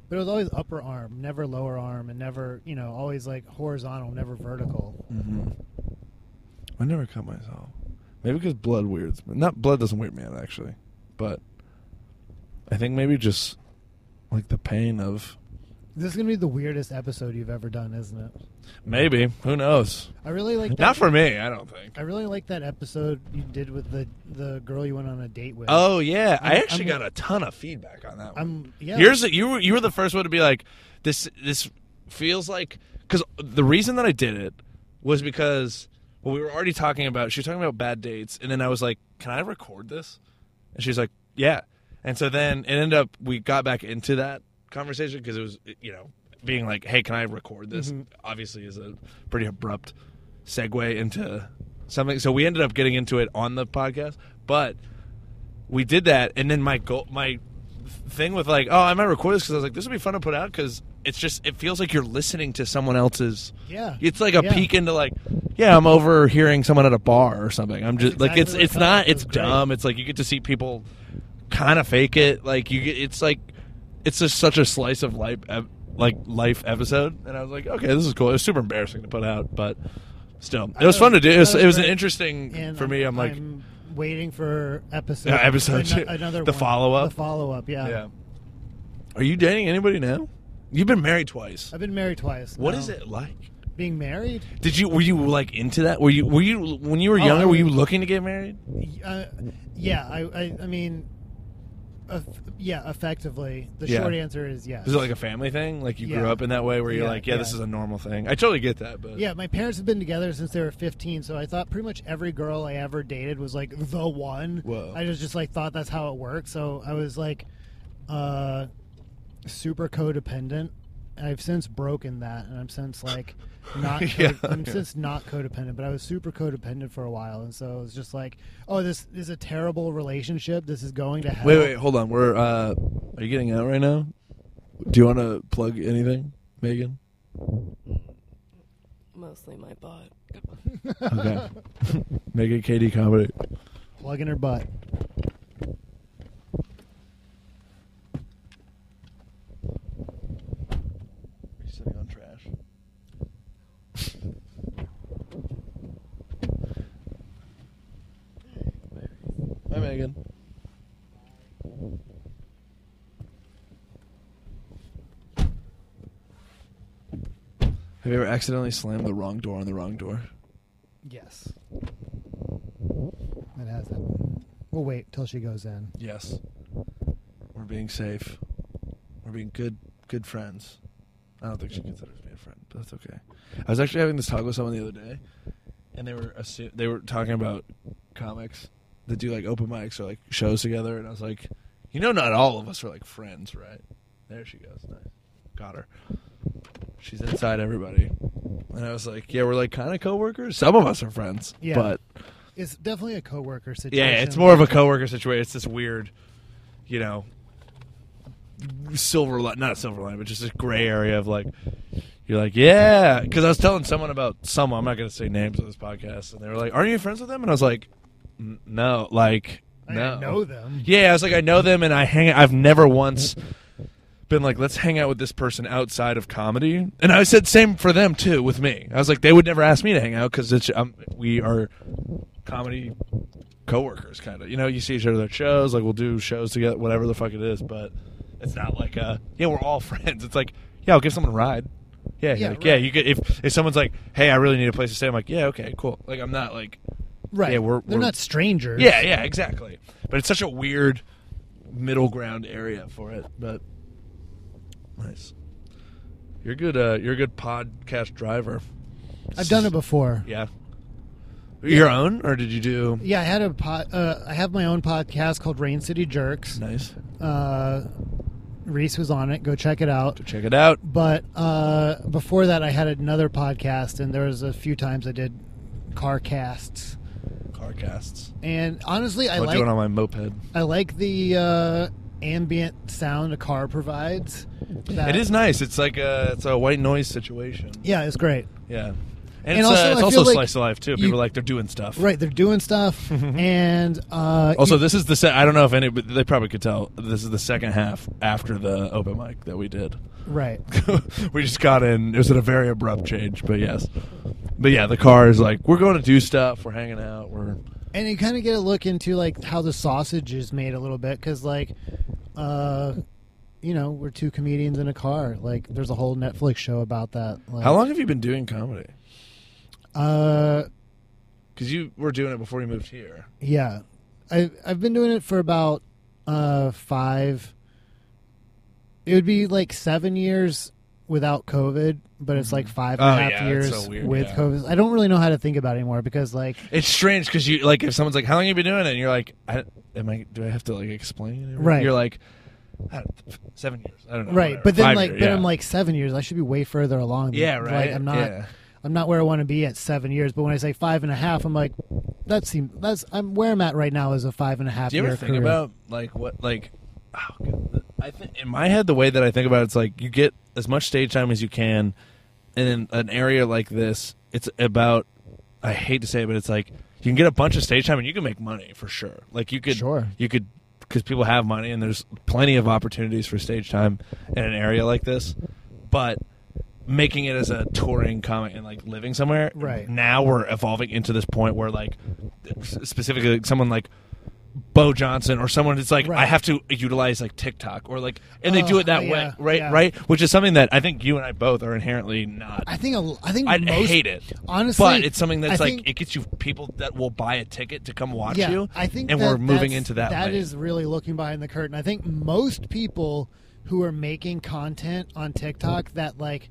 [SPEAKER 2] But it was always upper arm, never lower arm, and never you know always like horizontal, never vertical.
[SPEAKER 1] hmm I never cut myself. Maybe because blood weirds, but not blood doesn't weird me out actually. But I think maybe just like the pain of
[SPEAKER 2] This is gonna be the weirdest episode you've ever done, isn't it?
[SPEAKER 1] maybe who knows.
[SPEAKER 2] I really like that.
[SPEAKER 1] Not for me, I don't think.
[SPEAKER 2] I really like that episode you did with the the girl you went on a date with.
[SPEAKER 1] Oh yeah, I
[SPEAKER 2] I'm-
[SPEAKER 1] actually
[SPEAKER 2] I'm-
[SPEAKER 1] got a ton of feedback on that one.
[SPEAKER 2] I'm yeah.
[SPEAKER 1] Yours, you were you were the first one to be like, this this feels like because the reason that I did it was because well, we were already talking about she was talking about bad dates, and then I was like, can I record this? And she's like, yeah. And so then it ended up we got back into that conversation because it was you know being like, hey, can I record this? Obviously, is a pretty abrupt segue into something. So we ended up getting into it on the podcast, but we did that, and then my goal, my thing with like, oh, I might record this because I was like, this would be fun to put out because it's just it feels like you're listening to someone else's.
[SPEAKER 2] Yeah.
[SPEAKER 1] It's like a
[SPEAKER 2] Yeah.
[SPEAKER 1] peek into like, yeah, I'm overhearing someone at a bar or something. I'm just
[SPEAKER 2] That's
[SPEAKER 1] like, it's
[SPEAKER 2] exactly
[SPEAKER 1] it's
[SPEAKER 2] what I
[SPEAKER 1] not
[SPEAKER 2] thought. It
[SPEAKER 1] it's
[SPEAKER 2] was great.
[SPEAKER 1] dumb. It's like you get to see people kind of fake it. Like you get it's like it's just such a slice of life ep- like life episode. And I was like, okay, this is cool. It was super embarrassing to put out, but. Still,
[SPEAKER 2] I
[SPEAKER 1] it was
[SPEAKER 2] thought
[SPEAKER 1] fun to do. It
[SPEAKER 2] I
[SPEAKER 1] was,
[SPEAKER 2] thought
[SPEAKER 1] it was an
[SPEAKER 2] great.
[SPEAKER 1] interesting
[SPEAKER 2] And
[SPEAKER 1] for me. I'm like,
[SPEAKER 2] waiting for episode
[SPEAKER 1] Yeah, episode two.
[SPEAKER 2] another
[SPEAKER 1] The
[SPEAKER 2] one.
[SPEAKER 1] follow-up.
[SPEAKER 2] The follow up. Yeah.
[SPEAKER 1] Yeah. Are you dating anybody now? You've been married twice.
[SPEAKER 2] I've been married twice.
[SPEAKER 1] What
[SPEAKER 2] now.
[SPEAKER 1] is it like?
[SPEAKER 2] Being married?
[SPEAKER 1] Did you were you like into that? Were you were you when you were
[SPEAKER 2] Oh,
[SPEAKER 1] younger?
[SPEAKER 2] I
[SPEAKER 1] were you
[SPEAKER 2] was-
[SPEAKER 1] looking to get married?
[SPEAKER 2] Y- Uh, yeah. I. I, I mean. eff- yeah. Effectively, the
[SPEAKER 1] Yeah.
[SPEAKER 2] short answer is yes.
[SPEAKER 1] Is it like a family thing? Like you grew
[SPEAKER 2] Yeah.
[SPEAKER 1] up in that way where you're
[SPEAKER 2] Yeah,
[SPEAKER 1] like, yeah, this
[SPEAKER 2] yeah.
[SPEAKER 1] is a normal thing. I totally get that, but
[SPEAKER 2] yeah, my parents have been together since they were 15, so I thought pretty much every girl I ever dated was like the one.
[SPEAKER 1] Whoa.
[SPEAKER 2] I just just like thought that's how it worked, so I was like uh super codependent. I've since broken that and I'm since like not co-
[SPEAKER 1] Yeah.
[SPEAKER 2] I'm since not codependent, but I was super codependent for a while and so it was just like, oh, this is a terrible relationship. This is going to hell.
[SPEAKER 1] Wait, wait, hold on. We're uh, are you getting out right now? Do you want to plug anything, Megan?
[SPEAKER 3] Mostly my butt.
[SPEAKER 1] Okay, Megan KD comedy.
[SPEAKER 2] Plug in her butt.
[SPEAKER 1] Are you sitting on trash? Hi, Megan. Have you ever accidentally slammed the wrong door on the wrong door?
[SPEAKER 2] Yes. That has happened. We'll wait till she goes in.
[SPEAKER 1] Yes. We're being safe. We're being good good friends. I don't think she considers me a friend, but that's okay. I was actually having this talk with someone the other day, and they were assu- they were talking about comics that do like open mics or like shows together, and I was like, you know, not all of us are like friends, right? There she goes, nice, got her. She's inside everybody, and I was like, yeah, we're like kind of coworkers. Some of us are friends,
[SPEAKER 2] Yeah.
[SPEAKER 1] but
[SPEAKER 2] It's definitely a coworker situation.
[SPEAKER 1] yeah, it's more of a coworker situation. It's this weird, you know, silver line, not a silver line, but just this gray area of like, you're like, yeah. Because I was telling someone about someone, I'm not going to say names on this podcast, and they were like, aren't you friends with them? And I was like, "N- no, like,
[SPEAKER 2] I
[SPEAKER 1] no.
[SPEAKER 2] know them.
[SPEAKER 1] Yeah, I was like, I know them, and I hang. I've never once been like, let's hang out with this person outside of comedy. And I said same for them too with me. I was like, they would never ask me to hang out because it's um, we are comedy coworkers, kind of. You know, you see each other at shows. Like we'll do shows together, whatever the fuck it is. But it's not like uh, yeah, we're all friends. It's like yeah, I'll give someone a ride. Yeah, yeah,
[SPEAKER 2] Yeah,
[SPEAKER 1] like, yeah.
[SPEAKER 2] right.
[SPEAKER 1] You get if if someone's like, hey, I really need a place to stay. I'm like, yeah, okay, cool. Like I'm not like
[SPEAKER 2] Right.
[SPEAKER 1] Yeah, we're-
[SPEAKER 2] They're
[SPEAKER 1] we're-
[SPEAKER 2] not strangers.
[SPEAKER 1] yeah, yeah, exactly. But it's such a weird middle ground area for it. But nice. You're a good. Uh, you're a good podcast driver.
[SPEAKER 2] I've done it before.
[SPEAKER 1] Yeah. Your own, or did you do?
[SPEAKER 2] Yeah, I had a pod, uh, I have my own podcast called Rain City Jerks.
[SPEAKER 1] Nice.
[SPEAKER 2] Uh, Reese was on it. Go check it out.
[SPEAKER 1] Check it out.
[SPEAKER 2] But uh, before that, I had another podcast, and there was a few times I did car casts.
[SPEAKER 1] Carcasts.
[SPEAKER 2] And honestly, I
[SPEAKER 1] I'll do it on
[SPEAKER 2] like
[SPEAKER 1] my moped.
[SPEAKER 2] I like the uh, ambient sound a car provides. That-
[SPEAKER 1] It is nice. It's like a it's a white noise situation.
[SPEAKER 2] Yeah, it's great.
[SPEAKER 1] Yeah.
[SPEAKER 2] And
[SPEAKER 1] And, it's,
[SPEAKER 2] also,
[SPEAKER 1] uh, it's
[SPEAKER 2] I
[SPEAKER 1] also
[SPEAKER 2] feel like
[SPEAKER 1] slice of life too. People
[SPEAKER 2] you-
[SPEAKER 1] are like they're doing stuff.
[SPEAKER 2] Right, they're doing stuff, and uh,
[SPEAKER 1] Mm-hmm. Also,
[SPEAKER 2] you-
[SPEAKER 1] this is the se- I don't know if any, but they probably could tell. This is the second half after the open mic that we did.
[SPEAKER 2] right.
[SPEAKER 1] we just got in. It was at a very abrupt change, but yes. But yeah, the car is like we're going to do stuff. We're hanging out. We're
[SPEAKER 2] and you kind of get a look into like how the sausage is made a little bit because like uh you know we're two comedians in a car like there's a whole netflix show about that like,
[SPEAKER 1] how long have you been doing comedy?
[SPEAKER 2] uh
[SPEAKER 1] Because you were doing it before you moved here.
[SPEAKER 2] yeah i i've been doing it for about uh five it would be like seven years without covid but it's like five and
[SPEAKER 1] Oh,
[SPEAKER 2] a half
[SPEAKER 1] yeah, it's
[SPEAKER 2] years
[SPEAKER 1] so weird,
[SPEAKER 2] with
[SPEAKER 1] yeah.
[SPEAKER 2] covid i don't really know how to think about it anymore because like
[SPEAKER 1] It's strange because you like if someone's like, "How long have you been doing it?" and you're like, I, "Am I? Do I have to like explain?" It?
[SPEAKER 2] Right.
[SPEAKER 1] You're like, I don't- seven years. I don't know.
[SPEAKER 2] right
[SPEAKER 1] whatever.
[SPEAKER 2] but then
[SPEAKER 1] Five
[SPEAKER 2] like
[SPEAKER 1] year,
[SPEAKER 2] then
[SPEAKER 1] yeah.
[SPEAKER 2] i'm like seven years i should be way further along than-
[SPEAKER 1] Yeah, right.
[SPEAKER 2] like, i'm not
[SPEAKER 1] Yeah.
[SPEAKER 2] i'm not where i want to be at seven years but when i say five and a half i'm like that seems that's i'm where i'm at right now is a five and a half
[SPEAKER 1] Do you
[SPEAKER 2] year
[SPEAKER 1] ever think
[SPEAKER 2] career.
[SPEAKER 1] about like what like? Oh, God. I think in my head the way that I think about it's like you get as much stage time as you can, and in an area like this, it's about. I hate to say it, but it's like you can get a bunch of stage time and you can make money for sure. Like you could,
[SPEAKER 2] Sure.
[SPEAKER 1] you could, because people have money and there's plenty of opportunities for stage time in an area like this, but making it as a touring comic and like living somewhere
[SPEAKER 2] Right.
[SPEAKER 1] now we're evolving into this point where like specifically like, someone like Bo Johnson or someone that's like
[SPEAKER 2] Right.
[SPEAKER 1] I have to utilize like TikTok or like and they do
[SPEAKER 2] Oh,
[SPEAKER 1] it that
[SPEAKER 2] yeah,
[SPEAKER 1] way right
[SPEAKER 2] yeah.
[SPEAKER 1] right which is something that I think you and I both are inherently not
[SPEAKER 2] i think a, i think
[SPEAKER 1] I
[SPEAKER 2] most,
[SPEAKER 1] hate it
[SPEAKER 2] honestly
[SPEAKER 1] but it's something that's
[SPEAKER 2] I
[SPEAKER 1] like
[SPEAKER 2] think-
[SPEAKER 1] it gets you people that will buy a ticket to come watch
[SPEAKER 2] yeah,
[SPEAKER 1] you
[SPEAKER 2] I think
[SPEAKER 1] and
[SPEAKER 2] that
[SPEAKER 1] we're moving
[SPEAKER 2] that's-
[SPEAKER 1] into that
[SPEAKER 2] That is
[SPEAKER 1] lane.
[SPEAKER 2] really looking behind the curtain. I think most people who are making content on TikTok that like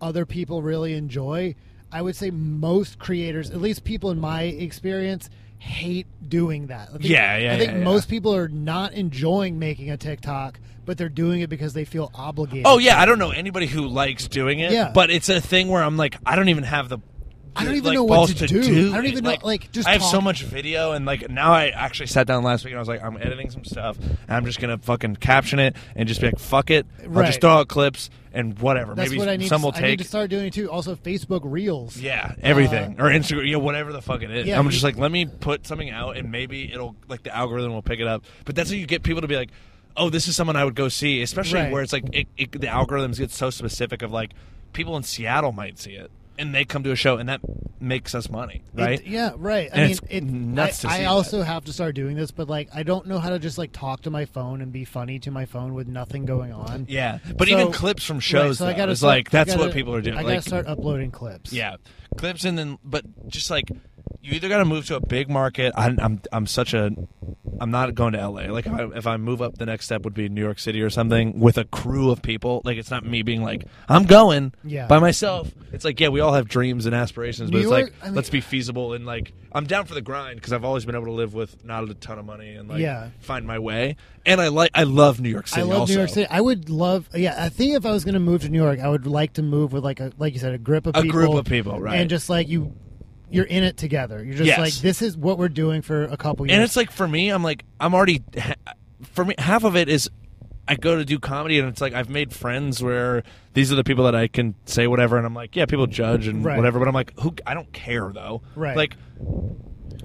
[SPEAKER 2] other people really enjoy, I would say most creators, at least people in my experience, hate doing that. I think,
[SPEAKER 1] Yeah, yeah,
[SPEAKER 2] I think
[SPEAKER 1] yeah, yeah.
[SPEAKER 2] most people are not enjoying making a TikTok, but they're doing it because they feel obligated.
[SPEAKER 1] Oh yeah, I don't know anybody who likes doing it.
[SPEAKER 2] Yeah.
[SPEAKER 1] But it's a thing where I'm like, I don't even have the.
[SPEAKER 2] I don't even
[SPEAKER 1] like,
[SPEAKER 2] know what
[SPEAKER 1] balls to,
[SPEAKER 2] to do. I don't
[SPEAKER 1] it.
[SPEAKER 2] even know- like, just
[SPEAKER 1] I have so
[SPEAKER 2] talk.
[SPEAKER 1] much video and like now I actually sat down last week and I was like, I'm editing some stuff. And I'm just gonna fucking caption it and just be like, fuck it. I'll
[SPEAKER 2] Right.
[SPEAKER 1] just throw out clips and whatever.
[SPEAKER 2] That's
[SPEAKER 1] Maybe
[SPEAKER 2] what I need.
[SPEAKER 1] some
[SPEAKER 2] to,
[SPEAKER 1] will
[SPEAKER 2] I need to
[SPEAKER 1] take.
[SPEAKER 2] start doing it too. Also, Facebook Reels.
[SPEAKER 1] Yeah, everything or Instagram, yeah, whatever the fuck it is.
[SPEAKER 2] Uh, Yeah,
[SPEAKER 1] I'm
[SPEAKER 2] you-
[SPEAKER 1] just like, let me put something out, and maybe it'll like the algorithm will pick it up. But that's how you get people to be like, oh, this is someone I would go see, especially
[SPEAKER 2] Right.
[SPEAKER 1] where it's like it, it, the algorithms get so specific of like people in Seattle might see it and they come to a show, and that makes us money,
[SPEAKER 2] It-
[SPEAKER 1] right?
[SPEAKER 2] yeah, right. I
[SPEAKER 1] And
[SPEAKER 2] mean,
[SPEAKER 1] it's
[SPEAKER 2] it,
[SPEAKER 1] nuts
[SPEAKER 2] I,
[SPEAKER 1] to see
[SPEAKER 2] I
[SPEAKER 1] that.
[SPEAKER 2] also have to start doing this, but like, I don't know how to just like talk to my phone and be funny to my phone with nothing going on.
[SPEAKER 1] Yeah, but
[SPEAKER 2] So-
[SPEAKER 1] even clips from
[SPEAKER 2] Right,
[SPEAKER 1] shows,
[SPEAKER 2] so I
[SPEAKER 1] though,
[SPEAKER 2] gotta
[SPEAKER 1] is
[SPEAKER 2] start-
[SPEAKER 1] like that's
[SPEAKER 2] I gotta-
[SPEAKER 1] what people are doing.
[SPEAKER 2] I
[SPEAKER 1] like,
[SPEAKER 2] gotta start uploading clips.
[SPEAKER 1] Yeah, clips and then, but just like you either got to move to a big market. I, I'm I'm such a I'm not going to L.A. Like if I, if I move up, the next step would be New York City or something with a crew of people. Like it's not me being like I'm going
[SPEAKER 2] Yeah.
[SPEAKER 1] by myself. It's like yeah, we all have dreams and aspirations, but
[SPEAKER 2] New
[SPEAKER 1] it's
[SPEAKER 2] York-
[SPEAKER 1] like
[SPEAKER 2] I mean-
[SPEAKER 1] let's be feasible and like I'm down for the grind because I've always been able to live with not a ton of money and like
[SPEAKER 2] Yeah.
[SPEAKER 1] find my way. And I like I love New York City.
[SPEAKER 2] I love
[SPEAKER 1] also.
[SPEAKER 2] New York City. I would love. Yeah, I think if I was going to move to New York, I would like to move with like a like you said a group of
[SPEAKER 1] A
[SPEAKER 2] people,
[SPEAKER 1] group of people, right.
[SPEAKER 2] And just like you, you're in it together. You're just
[SPEAKER 1] Yes.
[SPEAKER 2] like this is what we're doing for a couple years.
[SPEAKER 1] And it's like for me, I'm like I'm already for me half of it is I go to do comedy and it's like I've made friends where these are the people that I can say whatever and I'm like yeah people judge and
[SPEAKER 2] Right.
[SPEAKER 1] whatever but I'm like who I don't care though
[SPEAKER 2] Right.
[SPEAKER 1] like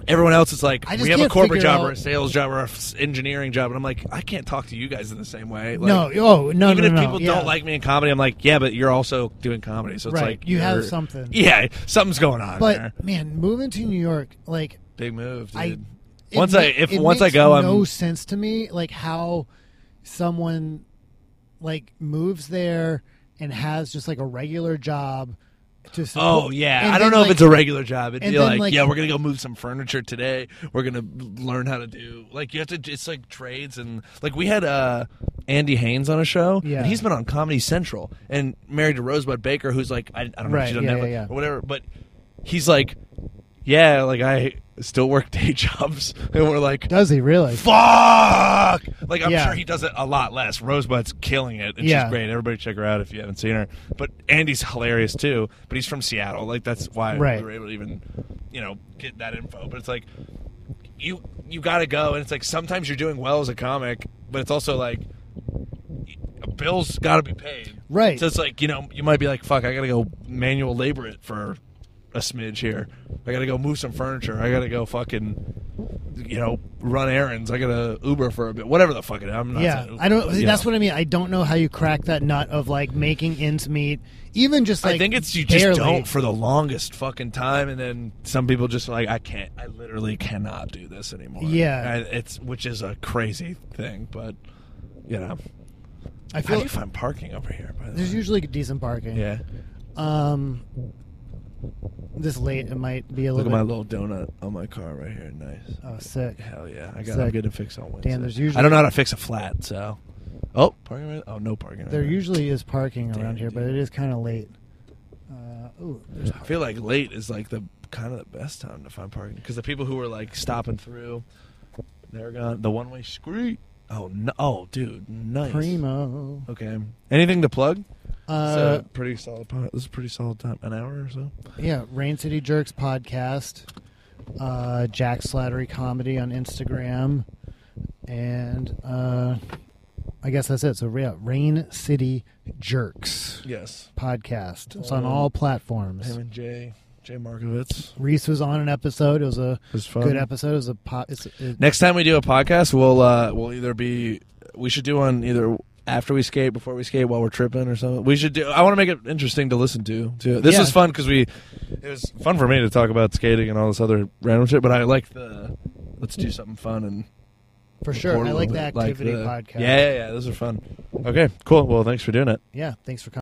[SPEAKER 1] everyone else is like,
[SPEAKER 2] I just
[SPEAKER 1] we have a
[SPEAKER 2] can't
[SPEAKER 1] corporate
[SPEAKER 2] figure
[SPEAKER 1] job or
[SPEAKER 2] out-
[SPEAKER 1] a sales job or an engineering job, and I'm like, I can't talk to you guys in the same way. Like,
[SPEAKER 2] no, oh no,
[SPEAKER 1] even
[SPEAKER 2] no,
[SPEAKER 1] if
[SPEAKER 2] no,
[SPEAKER 1] people
[SPEAKER 2] yeah.
[SPEAKER 1] don't like me in comedy, I'm like, yeah, but you're also doing comedy, so it's
[SPEAKER 2] Right,
[SPEAKER 1] like
[SPEAKER 2] you have
[SPEAKER 1] you're-
[SPEAKER 2] something.
[SPEAKER 1] Yeah, something's going on
[SPEAKER 2] But
[SPEAKER 1] there.
[SPEAKER 2] man, moving to New York, like
[SPEAKER 1] Big move, dude.
[SPEAKER 2] I it
[SPEAKER 1] once
[SPEAKER 2] ma-
[SPEAKER 1] I if
[SPEAKER 2] it
[SPEAKER 1] once I
[SPEAKER 2] makes
[SPEAKER 1] go, I'm
[SPEAKER 2] no sense to me, like how someone like moves there and has just like a regular job. To support,
[SPEAKER 1] Oh yeah,
[SPEAKER 2] and
[SPEAKER 1] I don't
[SPEAKER 2] then,
[SPEAKER 1] know
[SPEAKER 2] like-
[SPEAKER 1] if it's a regular job. It'd
[SPEAKER 2] and
[SPEAKER 1] be
[SPEAKER 2] then,
[SPEAKER 1] like,
[SPEAKER 2] like-
[SPEAKER 1] yeah, we're gonna go move some furniture today. We're gonna learn how to do like you have to. It's like trades and like we had uh Andy Haynes on a show.
[SPEAKER 2] Yeah.
[SPEAKER 1] and he's been on Comedy Central and married to Rosebud Baker, who's like I, I don't know
[SPEAKER 2] Right,
[SPEAKER 1] if she's on
[SPEAKER 2] yeah,
[SPEAKER 1] Netflix
[SPEAKER 2] yeah, yeah.
[SPEAKER 1] or whatever, but he's like, yeah, like I still work day jobs, and we're like.
[SPEAKER 2] Does he really?
[SPEAKER 1] Fuck! Like I'm
[SPEAKER 2] Yeah.
[SPEAKER 1] sure he does it a lot less. Rosebud's killing it, and
[SPEAKER 2] Yeah.
[SPEAKER 1] she's great. Everybody check her out if you haven't seen her. But Andy's hilarious too. But he's from Seattle, like that's why
[SPEAKER 2] Right.
[SPEAKER 1] we were able to even, you know, get that info. But it's like you you got to go, and it's like sometimes you're doing well as a comic, but it's also like bills got to be paid,
[SPEAKER 2] Right.
[SPEAKER 1] So it's like you know you might be like, fuck, I got to go manual labor it for a smidge here. I got to go move some furniture. I got to go fucking you know, run errands. I gotta Uber for a bit, whatever the fuck it. I'm not.
[SPEAKER 2] yeah,
[SPEAKER 1] saying Uber,
[SPEAKER 2] I don't.
[SPEAKER 1] you
[SPEAKER 2] That's
[SPEAKER 1] know.
[SPEAKER 2] what I mean. I don't know how you crack that nut of like making ends meet, even just like
[SPEAKER 1] I think it's you
[SPEAKER 2] barely.
[SPEAKER 1] just don't for the longest fucking time, and then some people just are like I can't. I literally cannot do this anymore.
[SPEAKER 2] Yeah.
[SPEAKER 1] I, it's which is a crazy thing, but you know,
[SPEAKER 2] I
[SPEAKER 1] how
[SPEAKER 2] feel
[SPEAKER 1] do you find parking over here? By the
[SPEAKER 2] there's
[SPEAKER 1] way?
[SPEAKER 2] usually decent parking.
[SPEAKER 1] yeah.
[SPEAKER 2] Um, this late it might be a
[SPEAKER 1] Look
[SPEAKER 2] little.
[SPEAKER 1] at my
[SPEAKER 2] bit,
[SPEAKER 1] little donut on my car right here. Nice.
[SPEAKER 2] Oh, sick.
[SPEAKER 1] Hell yeah! I
[SPEAKER 2] It's
[SPEAKER 1] got. I'm
[SPEAKER 2] like-
[SPEAKER 1] getting fixed on Wednesday.
[SPEAKER 2] there's usually-
[SPEAKER 1] I don't know how to fix a flat, so. Oh, parking. right- Oh, no parking. right
[SPEAKER 2] There
[SPEAKER 1] there.
[SPEAKER 2] usually is parking
[SPEAKER 1] Damn,
[SPEAKER 2] around here, but
[SPEAKER 1] dude.
[SPEAKER 2] it is kind of late. Uh, ooh, there's
[SPEAKER 1] I feel like late is like the kind of the best time to find parking because the people who were like stopping through, they're gone. The one way street. Oh no! Oh, dude, nice.
[SPEAKER 2] primo.
[SPEAKER 1] Okay. Anything to plug? It's
[SPEAKER 2] Uh,
[SPEAKER 1] a pretty solid. pod- This is a pretty solid time. An hour or so.
[SPEAKER 2] yeah, Rain City Jerks podcast, uh, Jack Slattery comedy on Instagram, and uh, I guess that's it. So yeah, Rain City Jerks
[SPEAKER 1] Yes.
[SPEAKER 2] podcast. It's on
[SPEAKER 1] Um,
[SPEAKER 2] all platforms.
[SPEAKER 1] Him and Jay. Jay Markovitz.
[SPEAKER 2] Reese was on an episode. It was a
[SPEAKER 1] It was fun.
[SPEAKER 2] good episode. It was a po- it's, it,
[SPEAKER 1] Next time we do a podcast, we'll uh we'll either be we should do one either after we skate, before we skate, while we're tripping or something. We should do. I want to make it interesting to listen to. Too. This
[SPEAKER 2] Yeah.
[SPEAKER 1] was fun because we it was fun for me to talk about skating and all this other random shit. But I like the let's do something fun and
[SPEAKER 2] for sure.
[SPEAKER 1] record a
[SPEAKER 2] I like the
[SPEAKER 1] little bit,
[SPEAKER 2] activity
[SPEAKER 1] the-
[SPEAKER 2] podcast.
[SPEAKER 1] Yeah, yeah, yeah. Those are fun. Okay, cool. Well, thanks for doing it.
[SPEAKER 2] yeah. Thanks for coming.